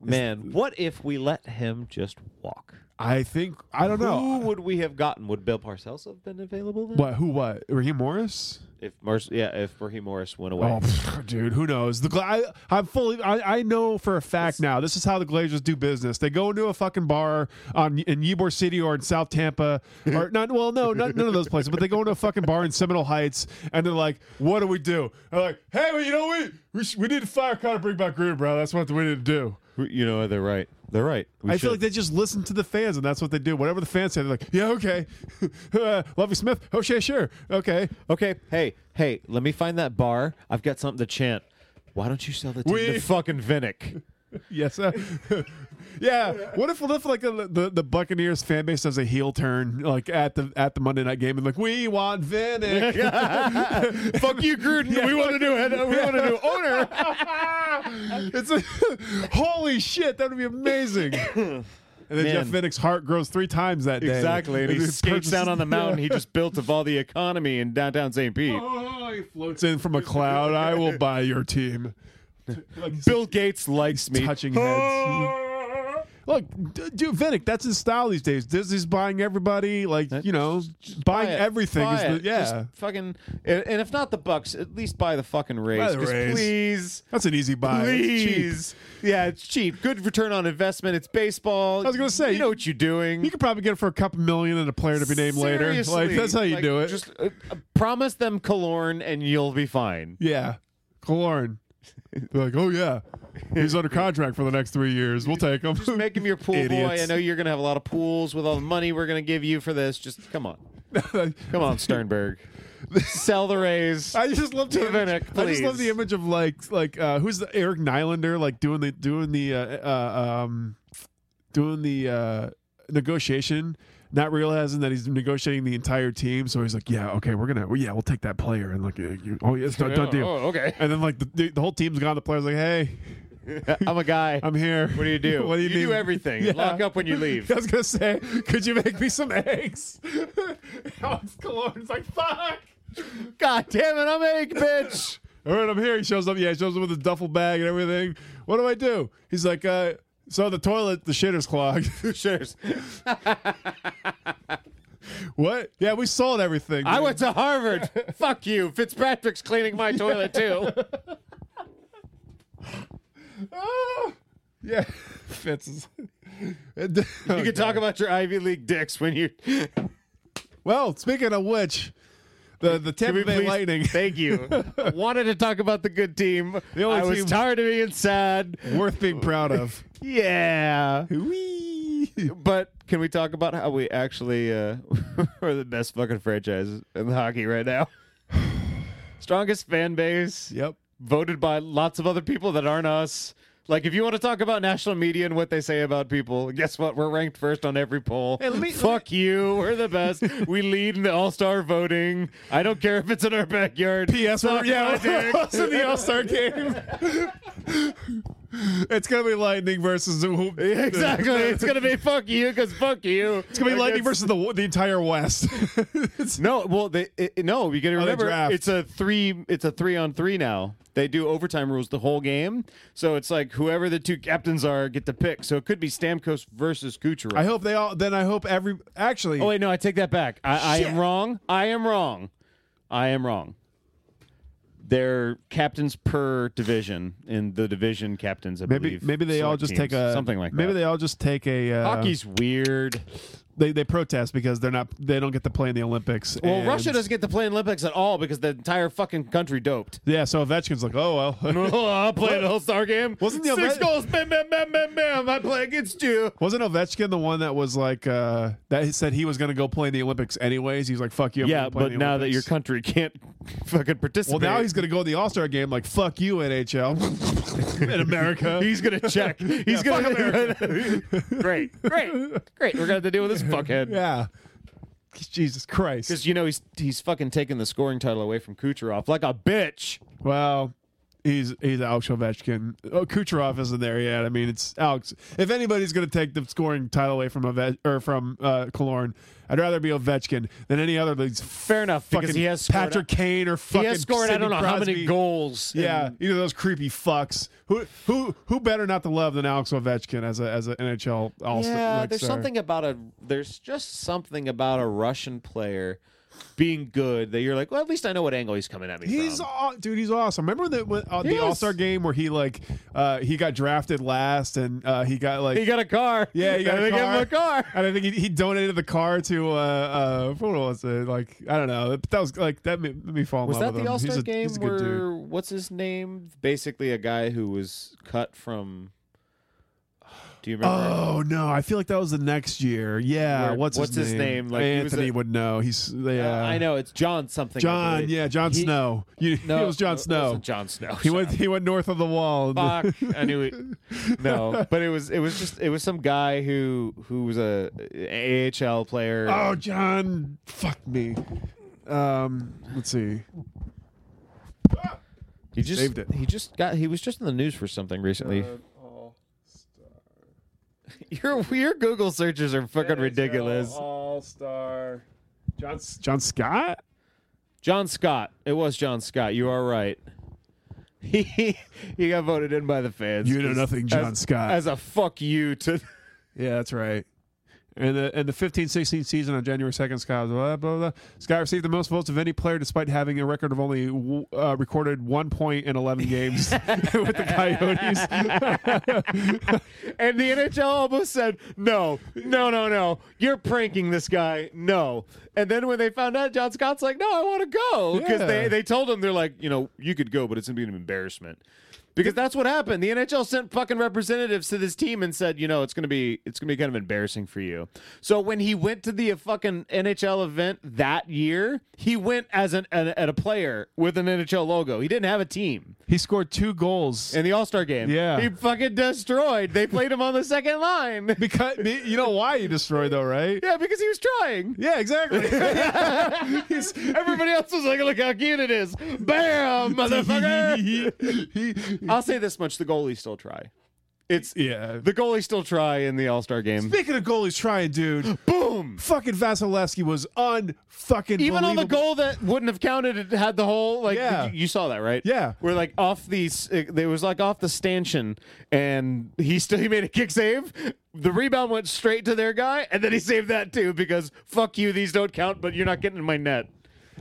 Speaker 3: Man, what if we let him just walk?
Speaker 4: I think I don't know.
Speaker 3: Who would we have gotten? Would Bill Parcells have been available then?
Speaker 4: What? Who? What? Raheem Morris?
Speaker 3: If Mar- yeah, if Raheem Morris went away.
Speaker 4: Oh, pff, dude, who knows? The Gla- I, I'm fully. I, I know for a fact now. This is how the Glazers do business. They go into a fucking bar on in Ybor City or in
Speaker 3: [laughs]
Speaker 4: South Tampa or not. Well, no, not, none of those places. But they go into a fucking bar in Seminole Heights and they're like, "What do we do?" They're like, "Hey, well, you know we we, sh- we need to fire Connor bring back Gruden, bro. That's what we need to do."
Speaker 3: You know they're right. They're right. We
Speaker 4: I feel like they just listen to the fans, and that's what they do. Whatever the fans say, they're like, "Yeah, okay, [laughs] uh, Lovey Smith, oh shit, sure, okay,
Speaker 3: okay. Hey, hey, let me find that bar. I've got something to chant. Why don't you sell the team
Speaker 4: We-
Speaker 3: to fucking Vinnick?
Speaker 4: Yes. uh, [laughs] yeah. What if, what if like the, the the Buccaneers fan base does a heel turn like at the at the Monday night game and like we want [laughs]
Speaker 3: [laughs]
Speaker 4: Vinnick.
Speaker 3: Fuck you, Gruden. We want to do it. We want to do owner.
Speaker 4: [laughs] it's a, [laughs] holy shit. That would
Speaker 3: [laughs]
Speaker 4: be amazing. And then Jeff
Speaker 3: Man.
Speaker 4: Vinnick's heart grows three times that day.
Speaker 3: [laughs] Exactly.
Speaker 4: [laughs]
Speaker 3: And he skates
Speaker 4: purchases-
Speaker 3: down on the mountain he just built of all the economy in downtown St. Pete.
Speaker 4: [laughs] Oh, he floats in from a cloud.
Speaker 3: [laughs]
Speaker 4: I will buy your team. Like,
Speaker 3: Bill Gates likes me.
Speaker 4: touching
Speaker 3: [laughs]
Speaker 4: heads. Look, d- dude, Vinnick, that's his style these days. Disney's buying everybody, like you know,
Speaker 3: Buy
Speaker 4: buying
Speaker 3: it.
Speaker 4: everything.
Speaker 3: Buy
Speaker 4: is
Speaker 3: it.
Speaker 4: the, yeah,
Speaker 3: Just fucking. And, and if not the Bucks, at least buy the fucking Rays.
Speaker 4: Buy the
Speaker 3: 'cause
Speaker 4: Rays.
Speaker 3: Please.
Speaker 4: that's an easy buy. It's cheap.
Speaker 3: Please. Yeah, it's cheap. Good return on investment. It's baseball. I
Speaker 4: was gonna say,
Speaker 3: you know what you're doing.
Speaker 4: You could probably get it for a couple million and a player to be named later. Like
Speaker 3: Seriously.
Speaker 4: that's how you
Speaker 3: Like,
Speaker 4: do it.
Speaker 3: Just uh, uh, promise them Kalorn and you'll be fine.
Speaker 4: yeah, Kalorn. They're like, oh yeah,
Speaker 3: [laughs]
Speaker 4: he's under contract for the next three years. We'll take him.
Speaker 3: Just make him your
Speaker 4: [laughs]
Speaker 3: pool boy. I know you're gonna have a lot of pools with all the money we're gonna give you for this. Just
Speaker 4: [laughs]
Speaker 3: come on,
Speaker 4: know.
Speaker 3: come on, Sternberg. Sell the Rays.
Speaker 4: I just love the
Speaker 3: Vinnick,
Speaker 4: image. I just love
Speaker 3: please.
Speaker 4: the image of like like uh, who's the Eric Nylander like doing the doing the uh, uh, um doing the uh, negotiation, not realizing that he's negotiating the entire team. So he's like, yeah, okay, we're gonna well, yeah, we'll take that player and like uh, you, oh yeah, it's done, done deal.
Speaker 3: Oh, okay.
Speaker 4: And then like the- the, the whole team's gone. The player's like, hey,
Speaker 3: [laughs] I'm a guy.
Speaker 4: I'm here.
Speaker 3: what do you do?
Speaker 4: [laughs] what do you,
Speaker 3: you do
Speaker 4: need?
Speaker 3: everything.
Speaker 4: Yeah.
Speaker 3: Lock up when you leave.
Speaker 4: I was gonna say, could you make me some eggs? [laughs] Oh, Alex Cologne's like, fuck.
Speaker 3: God damn it, I'm egg
Speaker 4: [laughs]
Speaker 3: bitch.
Speaker 4: All right, I'm here. He shows up. Yeah, he shows up with a duffel bag and everything. What do I do? He's like, uh, so the toilet, the shitter's clogged. [laughs]
Speaker 3: Shares.
Speaker 4: what? Yeah, we sold everything.
Speaker 3: I went to Harvard. Fuck you. Fitzpatrick's cleaning my toilet
Speaker 4: [laughs]
Speaker 3: too.
Speaker 4: Ah! Yeah, [laughs] Fitz is. [laughs] you
Speaker 3: You can talk about your Ivy League dicks when you.
Speaker 4: Well, speaking of which, the the Tampa Bay
Speaker 3: Please-
Speaker 4: Lightning.
Speaker 3: Thank you. I wanted to talk about the good team.
Speaker 4: The only
Speaker 3: I was
Speaker 4: team-
Speaker 3: tired of being sad.
Speaker 4: [laughs]
Speaker 3: [laughs]
Speaker 4: Worth being proud of.
Speaker 3: Yeah.
Speaker 4: Whee!
Speaker 3: But can we talk about how we actually uh, [laughs] are the best fucking franchise in hockey right now? [sighs] Strongest fan base,
Speaker 4: Yep.
Speaker 3: voted by lots of other people that aren't us. Like, if you want to talk about national media and what they say about people, guess what? We're ranked first on every poll.
Speaker 4: let me- let
Speaker 3: Fuck you. We're the
Speaker 4: [laughs]
Speaker 3: best. we lead in the All Star voting. I don't care if it's in our backyard.
Speaker 4: P.S.
Speaker 3: Suck my
Speaker 4: yeah, [laughs]
Speaker 3: dick.
Speaker 4: us
Speaker 3: [laughs]
Speaker 4: in the All Star game. [laughs] it's gonna be Lightning versus who?
Speaker 3: [laughs]
Speaker 4: [laughs]
Speaker 3: exactly. It's gonna be fuck you because fuck you.
Speaker 4: It's gonna be Lightning versus the the
Speaker 3: [laughs]
Speaker 4: entire West. It's-
Speaker 3: No, well, they it, it- no. You got to
Speaker 4: Oh, they
Speaker 3: remember,
Speaker 4: draft.
Speaker 3: it's a three. It's a three on three now. They do overtime rules the whole game, so it's like whoever the two captains are get to pick. So it could be Stamkos versus Kucherov.
Speaker 4: I hope they all. Then I hope every. Actually,
Speaker 3: oh wait, no, I take that back. I, I
Speaker 4: Shit.
Speaker 3: am wrong. I am wrong. I am wrong. They're captains per division in the division captains. I
Speaker 4: maybe
Speaker 3: believe
Speaker 4: maybe they all
Speaker 3: select
Speaker 4: just
Speaker 3: teams,
Speaker 4: take a
Speaker 3: something like
Speaker 4: maybe
Speaker 3: that.
Speaker 4: they all just take a uh,
Speaker 3: Hockey's weird.
Speaker 4: They they protest because they're not they don't get to play in the Olympics.
Speaker 3: Well,
Speaker 4: and-
Speaker 3: Russia doesn't get to play in Olympics at all because the entire fucking country doped.
Speaker 4: Yeah, so Ovechkin's like, oh
Speaker 3: [laughs]
Speaker 4: well.
Speaker 3: I played an All Star game.
Speaker 4: Wasn't the
Speaker 3: six
Speaker 4: Olymp-
Speaker 3: goals? Bam, bam, bam, bam, bam. I play against you.
Speaker 4: [laughs] Wasn't Ovechkin the one that was like uh, that? He said he was going to go play in the Olympics anyways. He's like, "Fuck you." I'm
Speaker 3: Yeah,
Speaker 4: gonna play in
Speaker 3: but
Speaker 4: the
Speaker 3: now that
Speaker 4: Olympics."
Speaker 3: your country can't [laughs] fucking
Speaker 4: well,
Speaker 3: participate,
Speaker 4: now he's going to go in the All Star game. Like, "Fuck you,
Speaker 3: [laughs]
Speaker 4: NHL." [laughs] in America,
Speaker 3: he's gonna
Speaker 4: [laughs]
Speaker 3: check. He's [laughs]
Speaker 4: fuck
Speaker 3: gonna great, great, great. We're gonna have to deal with
Speaker 4: [laughs]
Speaker 3: this fuckhead.
Speaker 4: yeah. Jesus Christ.
Speaker 3: Because you know he's he's fucking taking the scoring title away from Kucherov like a bitch.
Speaker 4: Well, he's he's Alex Ovechkin. Oh, Kucherov isn't there yet. I mean, it's Alex. If anybody's going to take the scoring title away from Ovech or from uh, Kalorn, I'd rather it be Ovechkin than any other league's
Speaker 3: Fair enough, because
Speaker 4: fucking
Speaker 3: he has scored,
Speaker 4: Patrick Kane or
Speaker 3: He
Speaker 4: fucking
Speaker 3: has scored. I
Speaker 4: Sidney
Speaker 3: don't know how many
Speaker 4: Crosby.
Speaker 3: goals. in-
Speaker 4: Yeah, either of those creepy fucks. Who who who better not to love than Alex Ovechkin as a as an NHL All Star?
Speaker 3: Yeah, there's something about a there's just something about a Russian player being good that you're like, well, at least I know what angle he's coming at me
Speaker 4: He's
Speaker 3: from.
Speaker 4: aw- dude, he's awesome. Remember that when, uh,
Speaker 3: He
Speaker 4: the
Speaker 3: is.
Speaker 4: All Star game where he like uh, he got drafted last and uh, he got like
Speaker 3: he got a car.
Speaker 4: yeah
Speaker 3: [laughs]
Speaker 4: he got
Speaker 3: they
Speaker 4: a
Speaker 3: gave
Speaker 4: car.
Speaker 3: him a
Speaker 4: [laughs]
Speaker 3: car.
Speaker 4: And I think he, he donated the car to uh uh what was it like I don't know but that was like that made, made me fall in
Speaker 3: Was that
Speaker 4: love with
Speaker 3: the
Speaker 4: him.
Speaker 3: All
Speaker 4: He's
Speaker 3: Star
Speaker 4: a-
Speaker 3: game
Speaker 4: he's a good dude.
Speaker 3: where what's his name? Basically, a guy who was cut from. [sighs] Do you remember?
Speaker 4: Oh no! I feel like that was the next year. Yeah,
Speaker 3: Where-
Speaker 4: what's,
Speaker 3: what's his name? Like, he was
Speaker 4: Anthony
Speaker 3: a-
Speaker 4: would know. He's yeah.
Speaker 3: Uh, I know it's John something. I
Speaker 4: John.
Speaker 3: believe.
Speaker 4: Yeah, John
Speaker 3: He-
Speaker 4: Snow. You,
Speaker 3: No,
Speaker 4: it was John
Speaker 3: no, it
Speaker 4: Snow.
Speaker 3: wasn't John Snow.
Speaker 4: he went. He went north of the wall. [laughs]
Speaker 3: fuck. I knew it. No, but it was it was just it was some guy who who was a AHL player.
Speaker 4: Oh, John. Fuck me. Um, let's see.
Speaker 3: he just
Speaker 4: saved it.
Speaker 3: he just got he was just in the news for something recently. [laughs] your your Google searches are fucking ridiculous.
Speaker 4: All Star. John. S- John Scott.
Speaker 3: John Scott. It was John Scott. You are right. [laughs] He he got voted in by the fans.
Speaker 4: You know
Speaker 3: as-
Speaker 4: nothing, John
Speaker 3: as-
Speaker 4: Scott.
Speaker 3: As a fuck you to
Speaker 4: Yeah, that's right. And the and the 15-16 season on January second, Scott blah, blah, blah. Scott received the most votes of any player, despite having a record of only w- uh, recorded one point in [laughs] eleven games with the Coyotes.
Speaker 3: And the NHL almost said, no, no, no, no. You're pranking this guy. No. And then when they found out, John Scott's like, no, I want to go. Because
Speaker 4: Yeah.
Speaker 3: they, they told him, they're like, you know, you could go, but it's going to be an embarrassment. Because that's what happened. The NHL sent fucking representatives to this team and said, you know, it's gonna be it's gonna be kind of embarrassing for you. So when he went to the uh, fucking NHL event that year, he went as an, an at a player with an NHL logo. He didn't have a team
Speaker 4: [laughs] he scored two goals.
Speaker 3: in the All Star game.
Speaker 4: Yeah.
Speaker 3: he fucking destroyed. They played him on the second line. [laughs]
Speaker 4: because you know why you destroyed though, right?
Speaker 3: Yeah, because he was trying.
Speaker 4: Yeah, exactly. [laughs] He's-
Speaker 3: Everybody else was like, look how cute it is. Bam,
Speaker 4: [laughs]
Speaker 3: motherfucker. I'll say this much the goalies still try. It's
Speaker 4: yeah.
Speaker 3: the goalies still try in the All Star game.
Speaker 4: Speaking of goalies trying, dude,
Speaker 3: Boom.
Speaker 4: fucking Vasilevsky was unfucking
Speaker 3: Even on the goal
Speaker 4: believable.
Speaker 3: that wouldn't have counted, it had the whole like
Speaker 4: Yeah.
Speaker 3: you, you saw that right?
Speaker 4: Yeah.
Speaker 3: we're like off the s- it, it was like off the stanchion, and he still he made a kick save. The rebound went straight to their guy, and then he saved that too because fuck you, these don't count. But you're not getting in my net.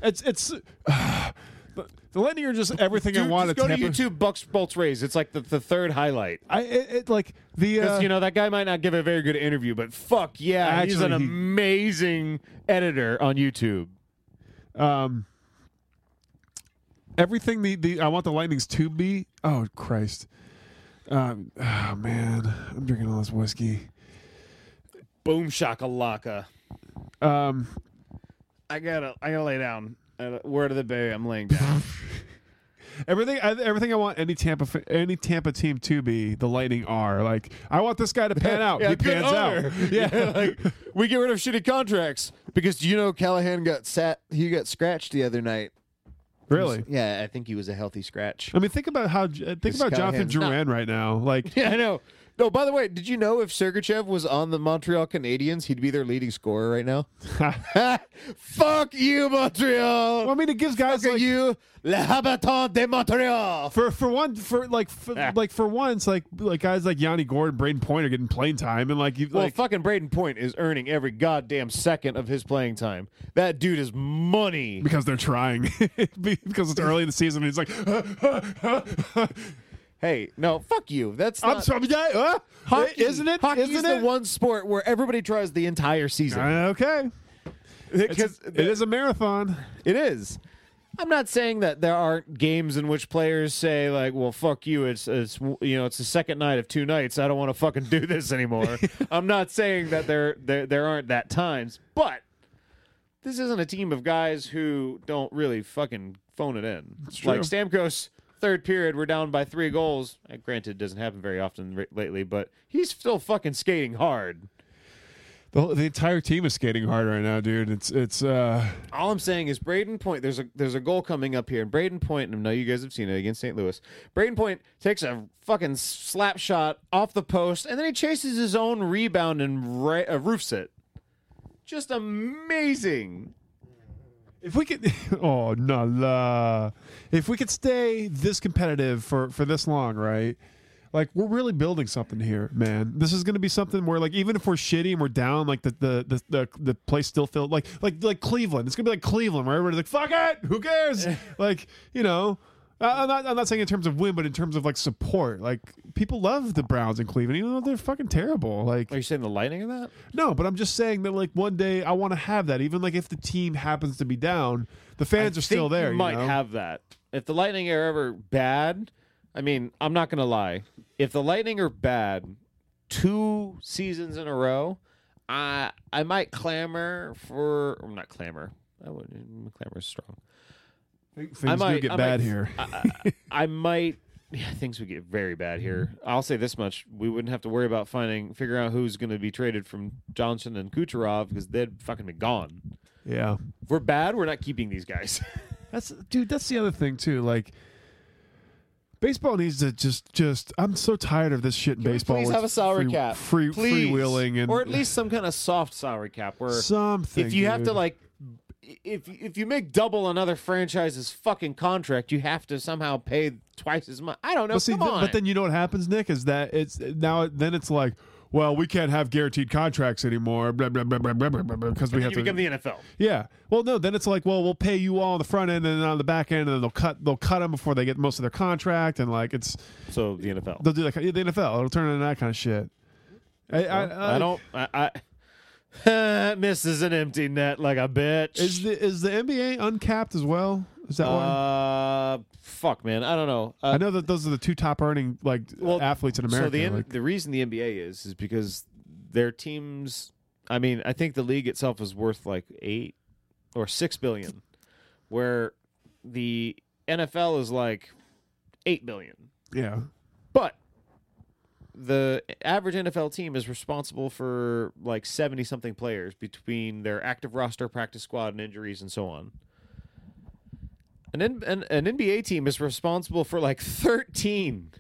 Speaker 4: It's it's [sighs] the, the Lightning are just everything I
Speaker 3: Dude,
Speaker 4: wanted.
Speaker 3: just go
Speaker 4: Tampa-
Speaker 3: to YouTube Bucks Bolts Rays. It's like the, the third highlight.
Speaker 4: I it, it, like the uh,
Speaker 3: Because you know that guy might not give a very good interview, but fuck yeah, he's an
Speaker 4: Actually, he-
Speaker 3: amazing editor on YouTube.
Speaker 4: um everything the, the I want the Lightning's to be. Oh Christ. Um, oh man, I'm drinking all this whiskey.
Speaker 3: Boom shakalaka.
Speaker 4: Um,
Speaker 3: I gotta I gotta lay down. I gotta- Word of the bay, I'm laying down.
Speaker 4: everything. I, everything I want any Tampa fa- any Tampa team to be the Lightning are. Like I want this guy
Speaker 3: [laughs]
Speaker 4: to pan [laughs] out.
Speaker 5: Yeah,
Speaker 4: he
Speaker 5: good
Speaker 4: pans [laughs]
Speaker 5: owner.
Speaker 4: out.
Speaker 5: Yeah, like we get rid of shitty contracts.
Speaker 3: Because you know Callahan got sat he got scratched the other night.
Speaker 4: Really.
Speaker 3: Yeah, I think he was a healthy scratch.
Speaker 4: I mean, think about how think about Jonathan
Speaker 3: Callahan's not-
Speaker 4: Duran right
Speaker 3: [laughs]
Speaker 4: now. Like
Speaker 3: Yeah, I know. No, by the way, did you know if Sergachev was on the Montreal Canadiens, he'd be their leading scorer right [laughs] now? Fuck you, Montreal!
Speaker 4: Well, I mean, it gives guys
Speaker 3: Fuck
Speaker 4: like
Speaker 3: you, le habitant de Montreal!
Speaker 4: for for one for like for, like for once like like guys like Yanni Gordon, Braden Point are getting playing time, and like you
Speaker 3: Well,
Speaker 4: like
Speaker 3: fucking Braden Point is earning every goddamn second of his playing time. That dude is money.
Speaker 4: because they're trying [laughs] because it's early in the season. and He's like, [laughs]
Speaker 3: Hey, no, fuck you. That's
Speaker 4: I'm
Speaker 3: not,
Speaker 4: sorry, yeah, uh,
Speaker 3: hockey.
Speaker 4: isn't it?
Speaker 3: Hockey
Speaker 4: isn't
Speaker 3: is
Speaker 4: it?
Speaker 3: the one sport where everybody tries the entire season.
Speaker 4: Uh, okay,
Speaker 3: Because
Speaker 4: it is a marathon.
Speaker 3: It is. I'm not saying that there aren't games in which players say like, "Well, fuck you. It's it's you know it's the second night of two nights. I don't want to fucking do this [laughs] anymore." I'm not saying that there there there aren't that times, but this isn't a team of guys who don't really fucking phone it in.
Speaker 4: true.
Speaker 3: Like Stamkos, third period, we're down by three goals. And granted, it doesn't happen very often r- lately, but he's still fucking skating hard.
Speaker 4: The, whole- the entire team is skating hard right now, dude. It's it's uh
Speaker 3: All I'm saying is Braden Point. There's a there's a goal coming up here, and Braden Point. And I know you guys have seen it against St. Louis. Braden Point takes a fucking slap shot off the post, and then he chases his own rebound and ra- uh, roofs it. Just amazing.
Speaker 4: if we could [laughs] oh no la. if we could stay this competitive for for this long right like we're really building something here man this is going to be something where like even if we're shitty and we're down like the the the, the, the place still feels like like like cleveland it's going to be like cleveland where everybody's like fuck it who cares like you know I- I'm not, I'm not saying in terms of win, but in terms of like support, like people love the Browns in Cleveland, even though they're fucking terrible. Like
Speaker 3: Are you saying the lightning of that?
Speaker 4: no, but I'm just saying that like one day I want to have that. Even like if the team happens to be down, the fans are still
Speaker 3: Think
Speaker 4: there.
Speaker 3: You
Speaker 4: You
Speaker 3: might
Speaker 4: know?
Speaker 3: have that. If the lightning are ever bad, I mean, I'm not gonna lie. If the lightning are bad, two seasons in a row, I I might clamor for. or not clamor. I wouldn't. Clamor is strong.
Speaker 4: things
Speaker 3: I might
Speaker 4: do get
Speaker 3: I
Speaker 4: bad
Speaker 3: might-
Speaker 4: here.
Speaker 3: I,
Speaker 4: [laughs]
Speaker 3: I- I might. Yeah, things would get very bad here. I'll say this much: we wouldn't have to worry about finding, figuring out who's going to be traded from Johnson and Kucherov because they'd fucking be gone.
Speaker 4: yeah,
Speaker 3: If we're bad. We're not keeping these guys.
Speaker 4: that's dude. That's the other thing too. Like baseball needs to just just. I'm so tired of this shit in
Speaker 3: Can we
Speaker 4: baseball.
Speaker 3: Please
Speaker 4: where
Speaker 3: have a
Speaker 4: it's
Speaker 3: sour
Speaker 4: free,
Speaker 3: cap.
Speaker 4: free
Speaker 3: Please.
Speaker 4: freewheeling, and
Speaker 3: or at
Speaker 4: [sighs]
Speaker 3: least some kind of soft sour cap. Where
Speaker 4: something.
Speaker 3: if you have
Speaker 4: dude.
Speaker 3: to like, if if you make double another franchise's fucking contract, you have to somehow pay twice as much. I don't know.
Speaker 4: But see,
Speaker 3: Come
Speaker 4: th-
Speaker 3: on.
Speaker 4: but then you know what happens, Nick, is that it's now then it's like. Well, we can't have guaranteed contracts anymore, blah blah blah blah blah blah, blah, because we
Speaker 3: you
Speaker 4: have to
Speaker 3: become the NFL.
Speaker 4: Yeah. Well, no. Then it's like, well, we'll pay you all on the front end and then on the back end, and then they'll cut they'll cut them before they get most of their contract, and like it's
Speaker 3: So the NFL.
Speaker 4: they'll do that. ki- The NFL, it'll turn into that kind of shit. I, I,
Speaker 3: I, don't. I, I [laughs] misses an empty net like a bitch.
Speaker 4: Is the is the NBA uncapped as well? Is that why?
Speaker 3: uh, fuck, man. I don't know. Uh,
Speaker 4: I know that those are the two top earning like
Speaker 3: well,
Speaker 4: athletes in America.
Speaker 3: So the N- [laughs]
Speaker 4: like-
Speaker 3: the reason the NBA is is because their teams. I mean, I think the league itself is worth like eight or six billion, where the NFL is like eight billion.
Speaker 4: yeah.
Speaker 3: But the average NFL team is responsible for like 70 something players between their active roster, practice squad, and injuries and so on. An, N- an, an NBA team is responsible for like 13.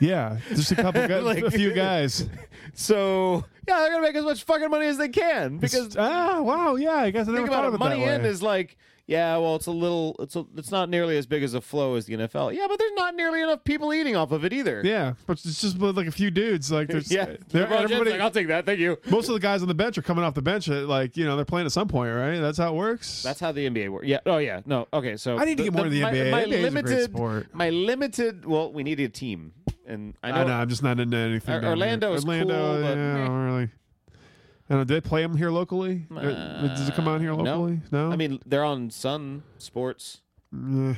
Speaker 4: Yeah, just
Speaker 3: [laughs]
Speaker 4: a couple guys,
Speaker 3: Like-
Speaker 4: a few guys.
Speaker 3: So, yeah, they're going to make as much fucking money as they can because
Speaker 4: ah, wow, yeah, I guess I never
Speaker 3: think
Speaker 4: thought
Speaker 3: about
Speaker 4: of
Speaker 3: it.
Speaker 4: it
Speaker 3: Money
Speaker 4: that
Speaker 3: in
Speaker 4: way.
Speaker 3: is like, yeah, well, it's a little, it's a, it's not nearly as big as a flow as the NFL. Yeah, but there's not nearly enough people eating off of it either.
Speaker 4: yeah, but it's just with, like a few dudes, like
Speaker 3: [laughs]
Speaker 4: there's
Speaker 3: yeah.
Speaker 4: they're-
Speaker 3: LeBron James
Speaker 4: everybody,
Speaker 3: like, I'll take that. Thank you.
Speaker 4: most of the guys on the bench are coming off the bench at like you know they're playing at some point, right? That's how it works.
Speaker 3: That's how the NBA works. Yeah. Oh yeah. No. Okay. So
Speaker 4: I need to get more into the
Speaker 3: my,
Speaker 4: NBA.
Speaker 3: My
Speaker 4: NBA is a great
Speaker 3: limited,
Speaker 4: sport.
Speaker 3: my limited. Well, we need a team, and I know.
Speaker 4: I know. I'm just not into anything.
Speaker 3: Or-
Speaker 4: down here.
Speaker 3: Orlando is
Speaker 4: Orlando,
Speaker 3: cool, but
Speaker 4: yeah, I
Speaker 3: meh.
Speaker 4: don't really. I don't know. Do they play them here locally? Or- uh, Does it come out here
Speaker 3: no.
Speaker 4: locally? No.
Speaker 3: I mean, they're on Sun Sports.
Speaker 4: Eh,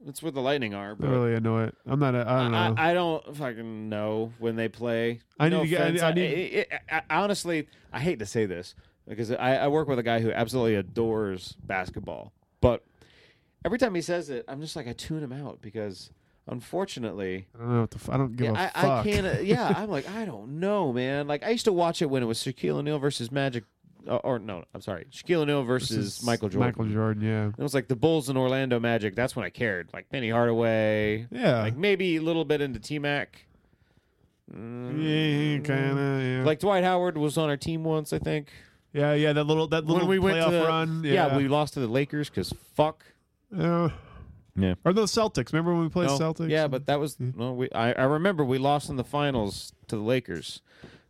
Speaker 3: That's where the Lightning are.
Speaker 4: I
Speaker 3: But
Speaker 4: really annoy it. I'm not. A, I am not I do not know.
Speaker 3: I, I don't fucking know when they play.
Speaker 4: I need
Speaker 3: No
Speaker 4: to get- I
Speaker 3: offense.
Speaker 4: need- I need-
Speaker 3: I- I- I- honestly, I hate to say this because I, I work with a guy who absolutely adores basketball, but every time he says it, I'm just like I tune him out because unfortunately,
Speaker 4: I don't know what the. F- I don't give a
Speaker 3: yeah, I,
Speaker 4: fuck.
Speaker 3: I can't.
Speaker 4: [laughs]
Speaker 3: uh, yeah, I'm like I don't know, man. Like I used to watch it when it was Shaquille O'Neal versus Magic, uh, or no, I'm sorry, Shaquille O'Neal versus,
Speaker 4: This is
Speaker 3: Michael Jordan.
Speaker 4: Michael Jordan, yeah.
Speaker 3: It was like the Bulls and Orlando Magic. That's when I cared. Like Penny Hardaway.
Speaker 4: Yeah.
Speaker 3: Like maybe a little bit into T Mac.
Speaker 4: yeah, kind of. Yeah.
Speaker 3: mm, Like Dwight Howard was on our team once, I think.
Speaker 4: yeah, yeah, that little that little
Speaker 3: when we
Speaker 4: playoff
Speaker 3: went to the,
Speaker 4: run.
Speaker 3: yeah.
Speaker 4: Yeah,
Speaker 3: we lost to the Lakers because fuck.
Speaker 4: Uh,
Speaker 6: Yeah.
Speaker 4: Or those Celtics. Remember when we played
Speaker 3: No.
Speaker 4: Celtics?
Speaker 3: Yeah, but that was no. We I, I remember we lost in the finals to the Lakers.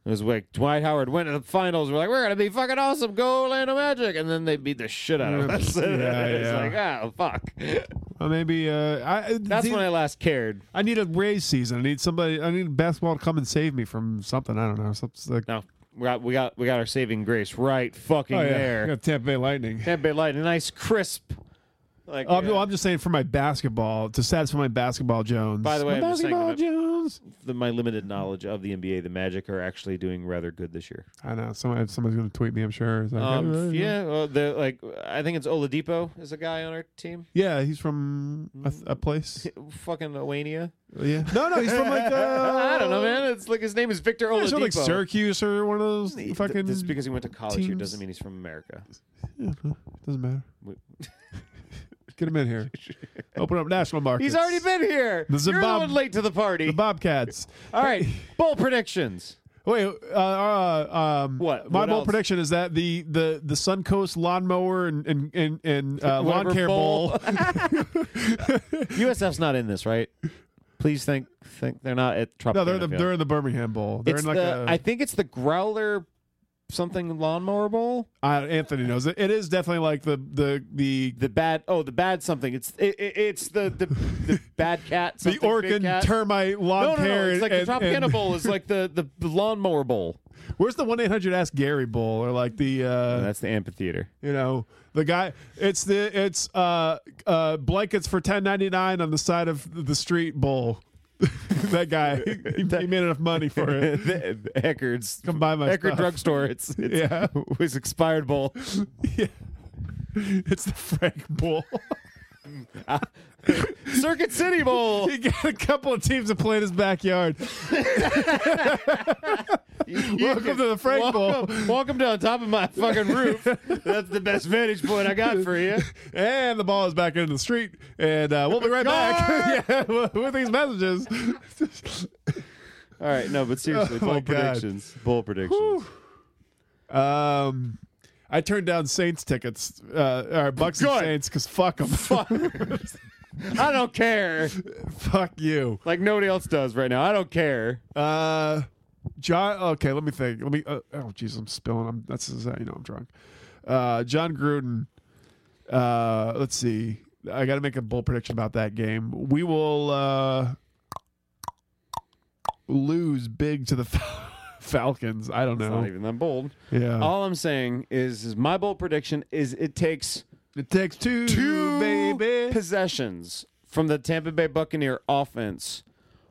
Speaker 3: It was like Dwight Howard went to the finals. We're like, we're gonna be fucking awesome. Go Orlando Magic, and then they beat the shit out of
Speaker 4: Yeah.
Speaker 3: us. [laughs]
Speaker 4: Yeah,
Speaker 3: it's
Speaker 4: yeah.
Speaker 3: like ah
Speaker 4: [laughs]
Speaker 3: fuck.
Speaker 4: Or maybe uh, I.
Speaker 3: That's
Speaker 4: see,
Speaker 3: when I last cared.
Speaker 4: I need a Rays season. I need somebody. I need basketball to come and save me from something. I don't know. Something like
Speaker 3: No, we got we got we got our saving grace right fucking
Speaker 4: oh, yeah.
Speaker 3: there.
Speaker 4: Yeah, Tampa Bay Lightning.
Speaker 3: Tampa Bay Light, a nice crisp. Like
Speaker 4: Oh, I'm-
Speaker 3: yeah.
Speaker 4: well, I'm just saying for my basketball to satisfy my basketball Jones.
Speaker 3: By the way,
Speaker 4: My
Speaker 3: I'm just saying
Speaker 4: basketball
Speaker 3: that-
Speaker 4: Jones.
Speaker 3: the, my limited knowledge of the NBA, the Magic are actually doing rather good this year.
Speaker 4: I know someone, somebody's going to tweet me. I'm sure. It's like,
Speaker 3: Um, yeah, well, they're like I think it's Oladipo is a guy on our team. [laughs]
Speaker 4: yeah, he's from a, a
Speaker 3: Mm.
Speaker 4: place.
Speaker 3: Fucking Owania.
Speaker 4: Yeah, no, no, he's
Speaker 3: [laughs]
Speaker 4: from like uh,
Speaker 3: I don't know, man. It's like his name is Victor
Speaker 4: he's
Speaker 3: Oladipo.
Speaker 4: from like Syracuse or one of those
Speaker 3: Th-
Speaker 4: fucking.
Speaker 3: Just because he went to college here
Speaker 4: teams.
Speaker 3: doesn't mean he's from America.
Speaker 4: Yeah, no, doesn't matter.
Speaker 3: We-
Speaker 4: [laughs] Get him
Speaker 3: [laughs]
Speaker 4: in here. Open up national markets.
Speaker 3: He's already been here.
Speaker 4: The
Speaker 3: You're the
Speaker 4: Zimbab-
Speaker 3: one late to the party.
Speaker 4: the Bobcats.
Speaker 3: All right, bowl predictions.
Speaker 4: Wait, uh, uh, um,
Speaker 3: What?
Speaker 4: My
Speaker 3: What
Speaker 4: bold
Speaker 3: else?
Speaker 4: prediction is that the the the Suncoast lawnmower and and and, and uh,
Speaker 3: [laughs]
Speaker 4: lawn
Speaker 3: Whatever
Speaker 4: care bowl.
Speaker 3: USF's not in this, right? Please think think they're not at Tropicana.
Speaker 4: No, they're the
Speaker 3: Field.
Speaker 4: they're in the Birmingham Bowl. They're
Speaker 3: It's
Speaker 4: in like
Speaker 3: the-
Speaker 4: a
Speaker 3: I think it's the Growler something lawnmower bowl.
Speaker 4: uh, Anthony knows it. It is definitely like the the the
Speaker 3: The bad oh the bad something. It's it, it- it's the the,
Speaker 4: [laughs]
Speaker 3: the bad cat.
Speaker 4: the
Speaker 3: Something, big
Speaker 4: Oregon
Speaker 3: cat.
Speaker 4: termite lawn
Speaker 3: No, no,
Speaker 4: care.
Speaker 3: no. It's like
Speaker 4: and,
Speaker 3: the Tropicana
Speaker 4: and-
Speaker 3: bowl is like the the,
Speaker 4: [laughs]
Speaker 3: the lawnmower bowl.
Speaker 4: Where's the one eight hundred ask Gary Bowl or like the uh,
Speaker 3: Oh, That's the amphitheater.
Speaker 4: you know the guy? It's the it's uh uh blankets for ten ninety nine on the side of the street bowl. [laughs] that guy,
Speaker 3: [laughs]
Speaker 4: he, he made enough money [laughs] for it.
Speaker 3: the, the Eckerd's
Speaker 4: Come buy my
Speaker 3: Eckerd
Speaker 4: stuff.
Speaker 3: drugstore.
Speaker 4: [laughs]
Speaker 3: It's, it's [laughs]
Speaker 4: Yeah.
Speaker 3: it's expired bowl.
Speaker 4: [laughs] Yeah. It's the Frank [laughs] Bull.
Speaker 3: Circuit City Bowl.
Speaker 4: he got a couple of teams to play in
Speaker 3: [laughs]
Speaker 4: his backyard. [laughs] Welcome to the [laughs] Frank Bowl.
Speaker 3: Welcome, welcome to on top
Speaker 4: [laughs]
Speaker 3: of my fucking roof. That's the best vantage point I got for
Speaker 4: [laughs]
Speaker 3: you.
Speaker 4: And the ball is back into the street. And uh, we'll be right back [laughs] yeah, with these messages.
Speaker 3: All right, no, but seriously,
Speaker 4: Oh, my
Speaker 3: bowl
Speaker 4: God.
Speaker 3: predictions. Bowl predictions.
Speaker 4: Um, I turned down Saints tickets, uh, or Bucks and
Speaker 3: Good.
Speaker 4: Saints, because fuck them.
Speaker 3: Fuck. [laughs] I don't care.
Speaker 4: [laughs] fuck you.
Speaker 3: Like nobody else does right now. I don't care.
Speaker 4: Uh, John. Okay, let me think. Let me. Uh, oh, jeez, I'm spilling. I'm. That's is that, you know I'm drunk. Uh, John Gruden. Uh, let's see. I got to make a bold prediction about that game. We will uh, lose big to the [laughs] Fal- Falcons. I don't
Speaker 3: It's not
Speaker 4: know.
Speaker 3: even that bold.
Speaker 4: Yeah,
Speaker 3: All I'm saying is, is my bold prediction is it takes
Speaker 4: it takes two,
Speaker 3: two
Speaker 4: baby.
Speaker 3: possessions from the Tampa Bay Buccaneer offense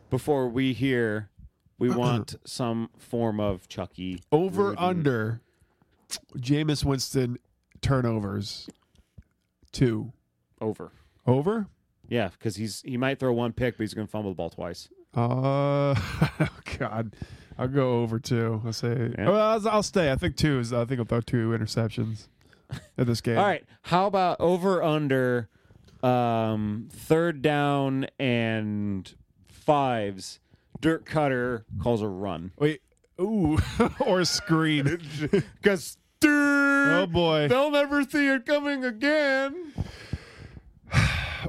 Speaker 3: before we hear we want some form of Chucky.
Speaker 4: Over under. Jameis Winston turnovers. Two
Speaker 3: over.
Speaker 4: over.
Speaker 3: Yeah, because he's he might throw one pick, but he's going to fumble the ball twice.
Speaker 4: Uh, [laughs] oh God, I'll go over two. I'll say.
Speaker 3: Yeah.
Speaker 4: Well, I'll, I'll stay. I think two is. I think I'll throw two interceptions at this
Speaker 3: [laughs]
Speaker 4: game.
Speaker 3: All right, how about over under um, third down and fives? Dirk Cutter calls a [laughs] run
Speaker 4: Wait. Ooh, [laughs] or
Speaker 3: [laughs]
Speaker 4: screen.
Speaker 3: because dude,
Speaker 4: oh boy.
Speaker 3: they'll never see it coming again.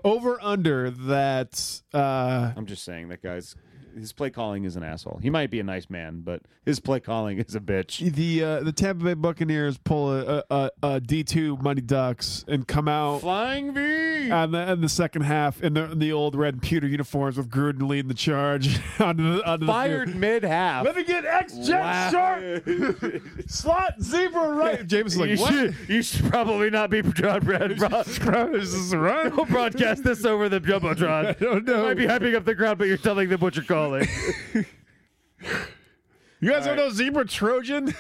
Speaker 4: Over under that. Uh,
Speaker 3: I'm just saying that guy's his play calling is an asshole. He might be a nice man, but his play calling is a bitch.
Speaker 4: the uh, the Tampa Bay Buccaneers pull a, a, a D two Mighty Ducks and come out.
Speaker 3: Flying V.
Speaker 4: on the, in the second half, in the, in the old red pewter uniforms with Gruden leading the charge [laughs] onto the, onto the field.
Speaker 3: Fired mid half.
Speaker 4: Let me get X Jet
Speaker 3: Wow.
Speaker 4: Sharp
Speaker 3: [laughs]
Speaker 4: slot zebra right. James is like,
Speaker 3: you
Speaker 4: what?
Speaker 3: should you should probably not be [laughs] broadcast.
Speaker 4: Is [laughs] this right?
Speaker 3: Don't broadcast this over the [laughs] jumbotron.
Speaker 4: don't know.
Speaker 3: You might be hyping up the crowd, but you're telling them what you're [laughs] calling.
Speaker 4: You guys don't know
Speaker 3: [laughs]
Speaker 4: Zebra Trojan?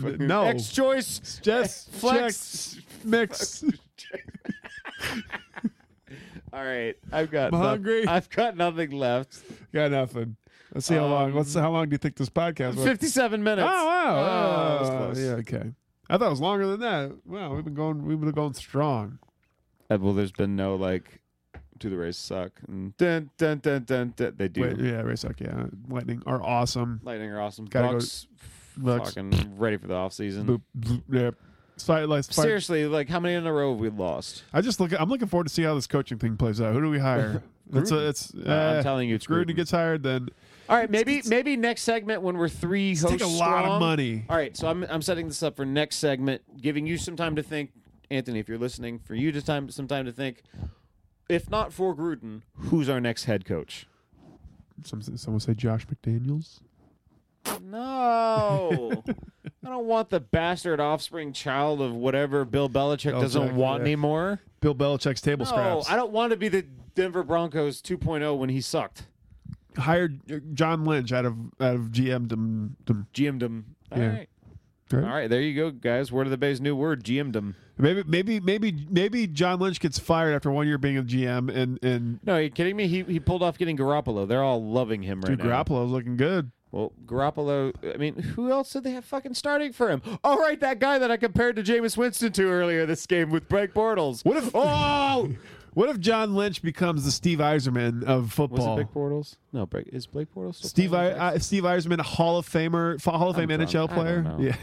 Speaker 4: no.
Speaker 3: X choice
Speaker 4: Just
Speaker 3: flex.
Speaker 4: checks, mix.
Speaker 3: All right, I've got.
Speaker 4: I'm
Speaker 3: noth-
Speaker 4: hungry.
Speaker 3: I've got nothing left.
Speaker 4: Got nothing. Let's see how long. Let's see how long do you think this podcast was?
Speaker 3: Fifty-seven Um, minutes.
Speaker 4: Oh wow!
Speaker 3: Oh,
Speaker 4: Oh,
Speaker 3: that was close.
Speaker 4: yeah, okay. I thought it was longer than that. Wow, we've been going. We've been going strong.
Speaker 3: Uh, Well, there's been no like, do the race suck? And dun dun dun dun. dun. They do.
Speaker 4: Wait, yeah, race suck. Yeah, lightning are awesome.
Speaker 3: Lightning are awesome.
Speaker 4: Gotta go-
Speaker 3: Bucks,
Speaker 4: Bucks.
Speaker 3: fucking ready for the off season.
Speaker 4: Boop, boop, yep. Fight, like, fight.
Speaker 3: Mm. Seriously, like how many in a row have we lost?
Speaker 4: I just look. I'm looking forward to see how this coaching thing plays out. Who do
Speaker 3: [laughs]
Speaker 4: we hire? it's a, it's. Uh,
Speaker 3: I'm telling you, it's
Speaker 4: Gruden
Speaker 3: Gruden.
Speaker 4: gets hired. Then
Speaker 3: All right, maybe maybe next segment when we're three hosts
Speaker 4: take a lot
Speaker 3: strong.
Speaker 4: of money.
Speaker 3: All right, so I'm I'm setting this up for next segment, giving you some time to think, Anthony, if you're listening, for you to time some time to think. If not for Gruden, who's our next head coach?
Speaker 4: Some, someone say Josh McDaniels.
Speaker 3: No. [laughs] I don't want the bastard offspring child of whatever Bill Belichick doesn't
Speaker 4: Belichick,
Speaker 3: want
Speaker 4: Oh, yeah.
Speaker 3: anymore.
Speaker 4: Bill Belichick's table
Speaker 3: No,
Speaker 4: scraps.
Speaker 3: I don't want to be the Denver Broncos 2.0 when he sucked.
Speaker 4: hired uh, John Lynch out of out of GM. Dum, dum.
Speaker 3: GM'd him. All
Speaker 4: Yeah.
Speaker 3: right. All right, there you go, guys. Word of the Bay's new word, GM'd him.
Speaker 4: Maybe maybe maybe maybe John Lynch gets fired after one year being a GM and and
Speaker 3: No, are you kidding me? He, he pulled off getting Garoppolo. They're all loving him right
Speaker 4: dude
Speaker 3: now.
Speaker 4: Garoppolo's looking good.
Speaker 3: Well, Garoppolo. I mean, who else did they have fucking starting for him? All right, that guy that I compared to Jameis Winston to earlier this game with Blake Bortles.
Speaker 4: What if oh
Speaker 3: [laughs]
Speaker 4: what if John Lynch becomes the Steve Eiserman of
Speaker 3: Was
Speaker 4: football?
Speaker 3: it Blake Bortles? No, Blake, is Blake Bortles still
Speaker 4: Steve I,
Speaker 3: playing?
Speaker 4: I, Steve Eiserman, Hall of Famer, f- Hall of Fame
Speaker 3: I'm drunk.
Speaker 4: NHL
Speaker 3: I don't
Speaker 4: player.
Speaker 3: know.
Speaker 4: Yeah.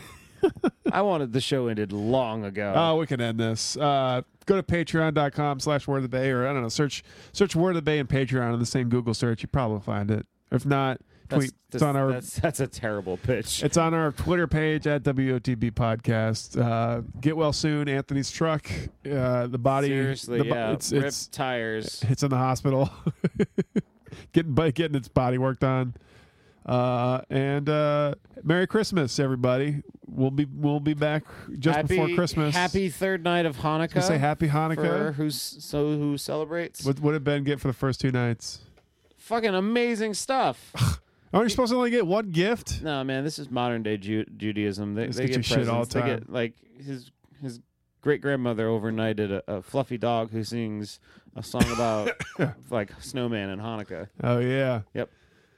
Speaker 3: I wanted the show ended long ago.
Speaker 4: Oh, we can end this. Uh, go to patreon.com slash word of the bay or I don't know, search search word of the bay and Patreon in the same Google search. You probably find it. If not,
Speaker 3: that's,
Speaker 4: tweet.
Speaker 3: that's,
Speaker 4: it's on our
Speaker 3: that's, that's a terrible pitch.
Speaker 4: It's on our Twitter page at WOTB Podcast. Uh, get well soon. Anthony's truck, uh, the body.
Speaker 3: Seriously,
Speaker 4: the, bo-
Speaker 3: yeah.
Speaker 4: It's,
Speaker 3: Rip
Speaker 4: it's
Speaker 3: tires.
Speaker 4: it's in the hospital. [laughs] getting bu- getting its body worked on. Uh, and uh, Merry Christmas, everybody. We'll be we'll be back just
Speaker 3: happy,
Speaker 4: before Christmas.
Speaker 3: Happy third night of
Speaker 4: Can
Speaker 3: Hanukkah.
Speaker 4: I say Happy
Speaker 3: for
Speaker 4: Hanukkah.
Speaker 3: who's so who celebrates?
Speaker 4: What what did Ben get for the first two nights?
Speaker 3: Fucking amazing stuff.
Speaker 4: Aren't you supposed to only get one gift?
Speaker 3: No, man, this is modern day Ju- Judaism. They,
Speaker 4: Just
Speaker 3: they get,
Speaker 4: get your shit all
Speaker 3: presents.
Speaker 4: the
Speaker 3: They
Speaker 4: time.
Speaker 3: get like his his great grandmother overnighted a, a fluffy dog who sings a song
Speaker 4: [coughs]
Speaker 3: about like snowman and Hanukkah.
Speaker 4: Oh yeah,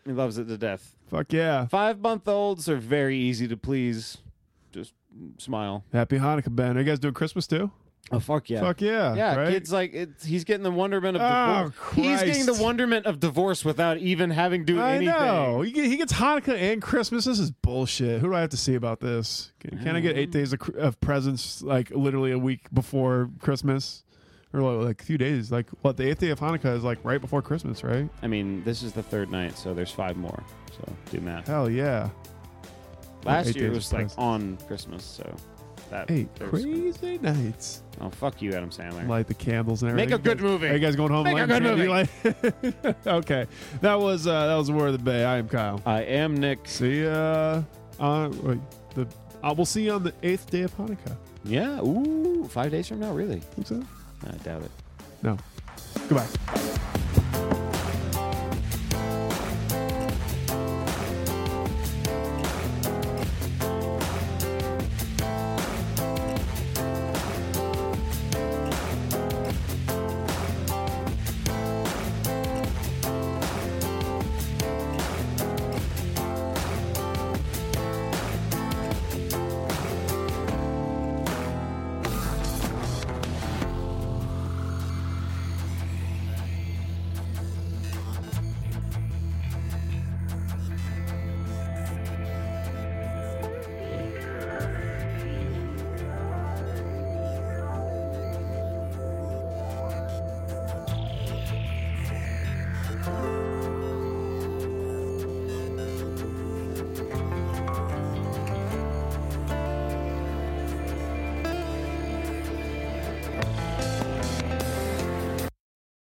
Speaker 3: He loves it to death.
Speaker 4: fuck yeah.
Speaker 3: Five month olds are very easy to please. Just smile.
Speaker 4: Happy Hanukkah, Ben. Are you guys doing Christmas too?
Speaker 3: Oh fuck yeah.
Speaker 4: Fuck yeah.
Speaker 3: Yeah,
Speaker 4: right?
Speaker 3: kids like it's, he's getting the wonderment of
Speaker 4: Oh,
Speaker 3: divorce. He's getting the
Speaker 4: Christ.
Speaker 3: wonderment of divorce without even having to do
Speaker 4: I
Speaker 3: anything.
Speaker 4: know. He, get- he gets Hanukkah and Christmas. This is bullshit. Who do I have to see about this? Can, can I get
Speaker 3: Mm.
Speaker 4: eight days of, cr- of presents, like literally a week before Christmas? Or like, like a few days? Like, what? The eighth day of Hanukkah is like right before Christmas, right?
Speaker 3: I mean, this is the third night, so there's five more. So do math.
Speaker 4: Hell yeah.
Speaker 3: Last
Speaker 4: Eight
Speaker 3: year
Speaker 4: days
Speaker 3: was like
Speaker 4: presents.
Speaker 3: on Christmas, so that
Speaker 4: Eight
Speaker 3: there's-
Speaker 4: crazy nights.
Speaker 3: Oh fuck you, Adam Sandler.
Speaker 4: Light the candles and
Speaker 3: Make
Speaker 4: everything.
Speaker 3: a good movie.
Speaker 4: Are you guys going home?
Speaker 3: Make a
Speaker 4: lunch?
Speaker 3: good
Speaker 4: You like- [laughs] okay. That was uh, that was the word of the bay. I am Kyle.
Speaker 3: I am Nick.
Speaker 4: See ya. on wait, the uh, we'll see you on the eighth day of Hanukkah.
Speaker 3: Yeah. Ooh, five days from now, really?
Speaker 4: Think so?
Speaker 3: I doubt it.
Speaker 4: No. Goodbye.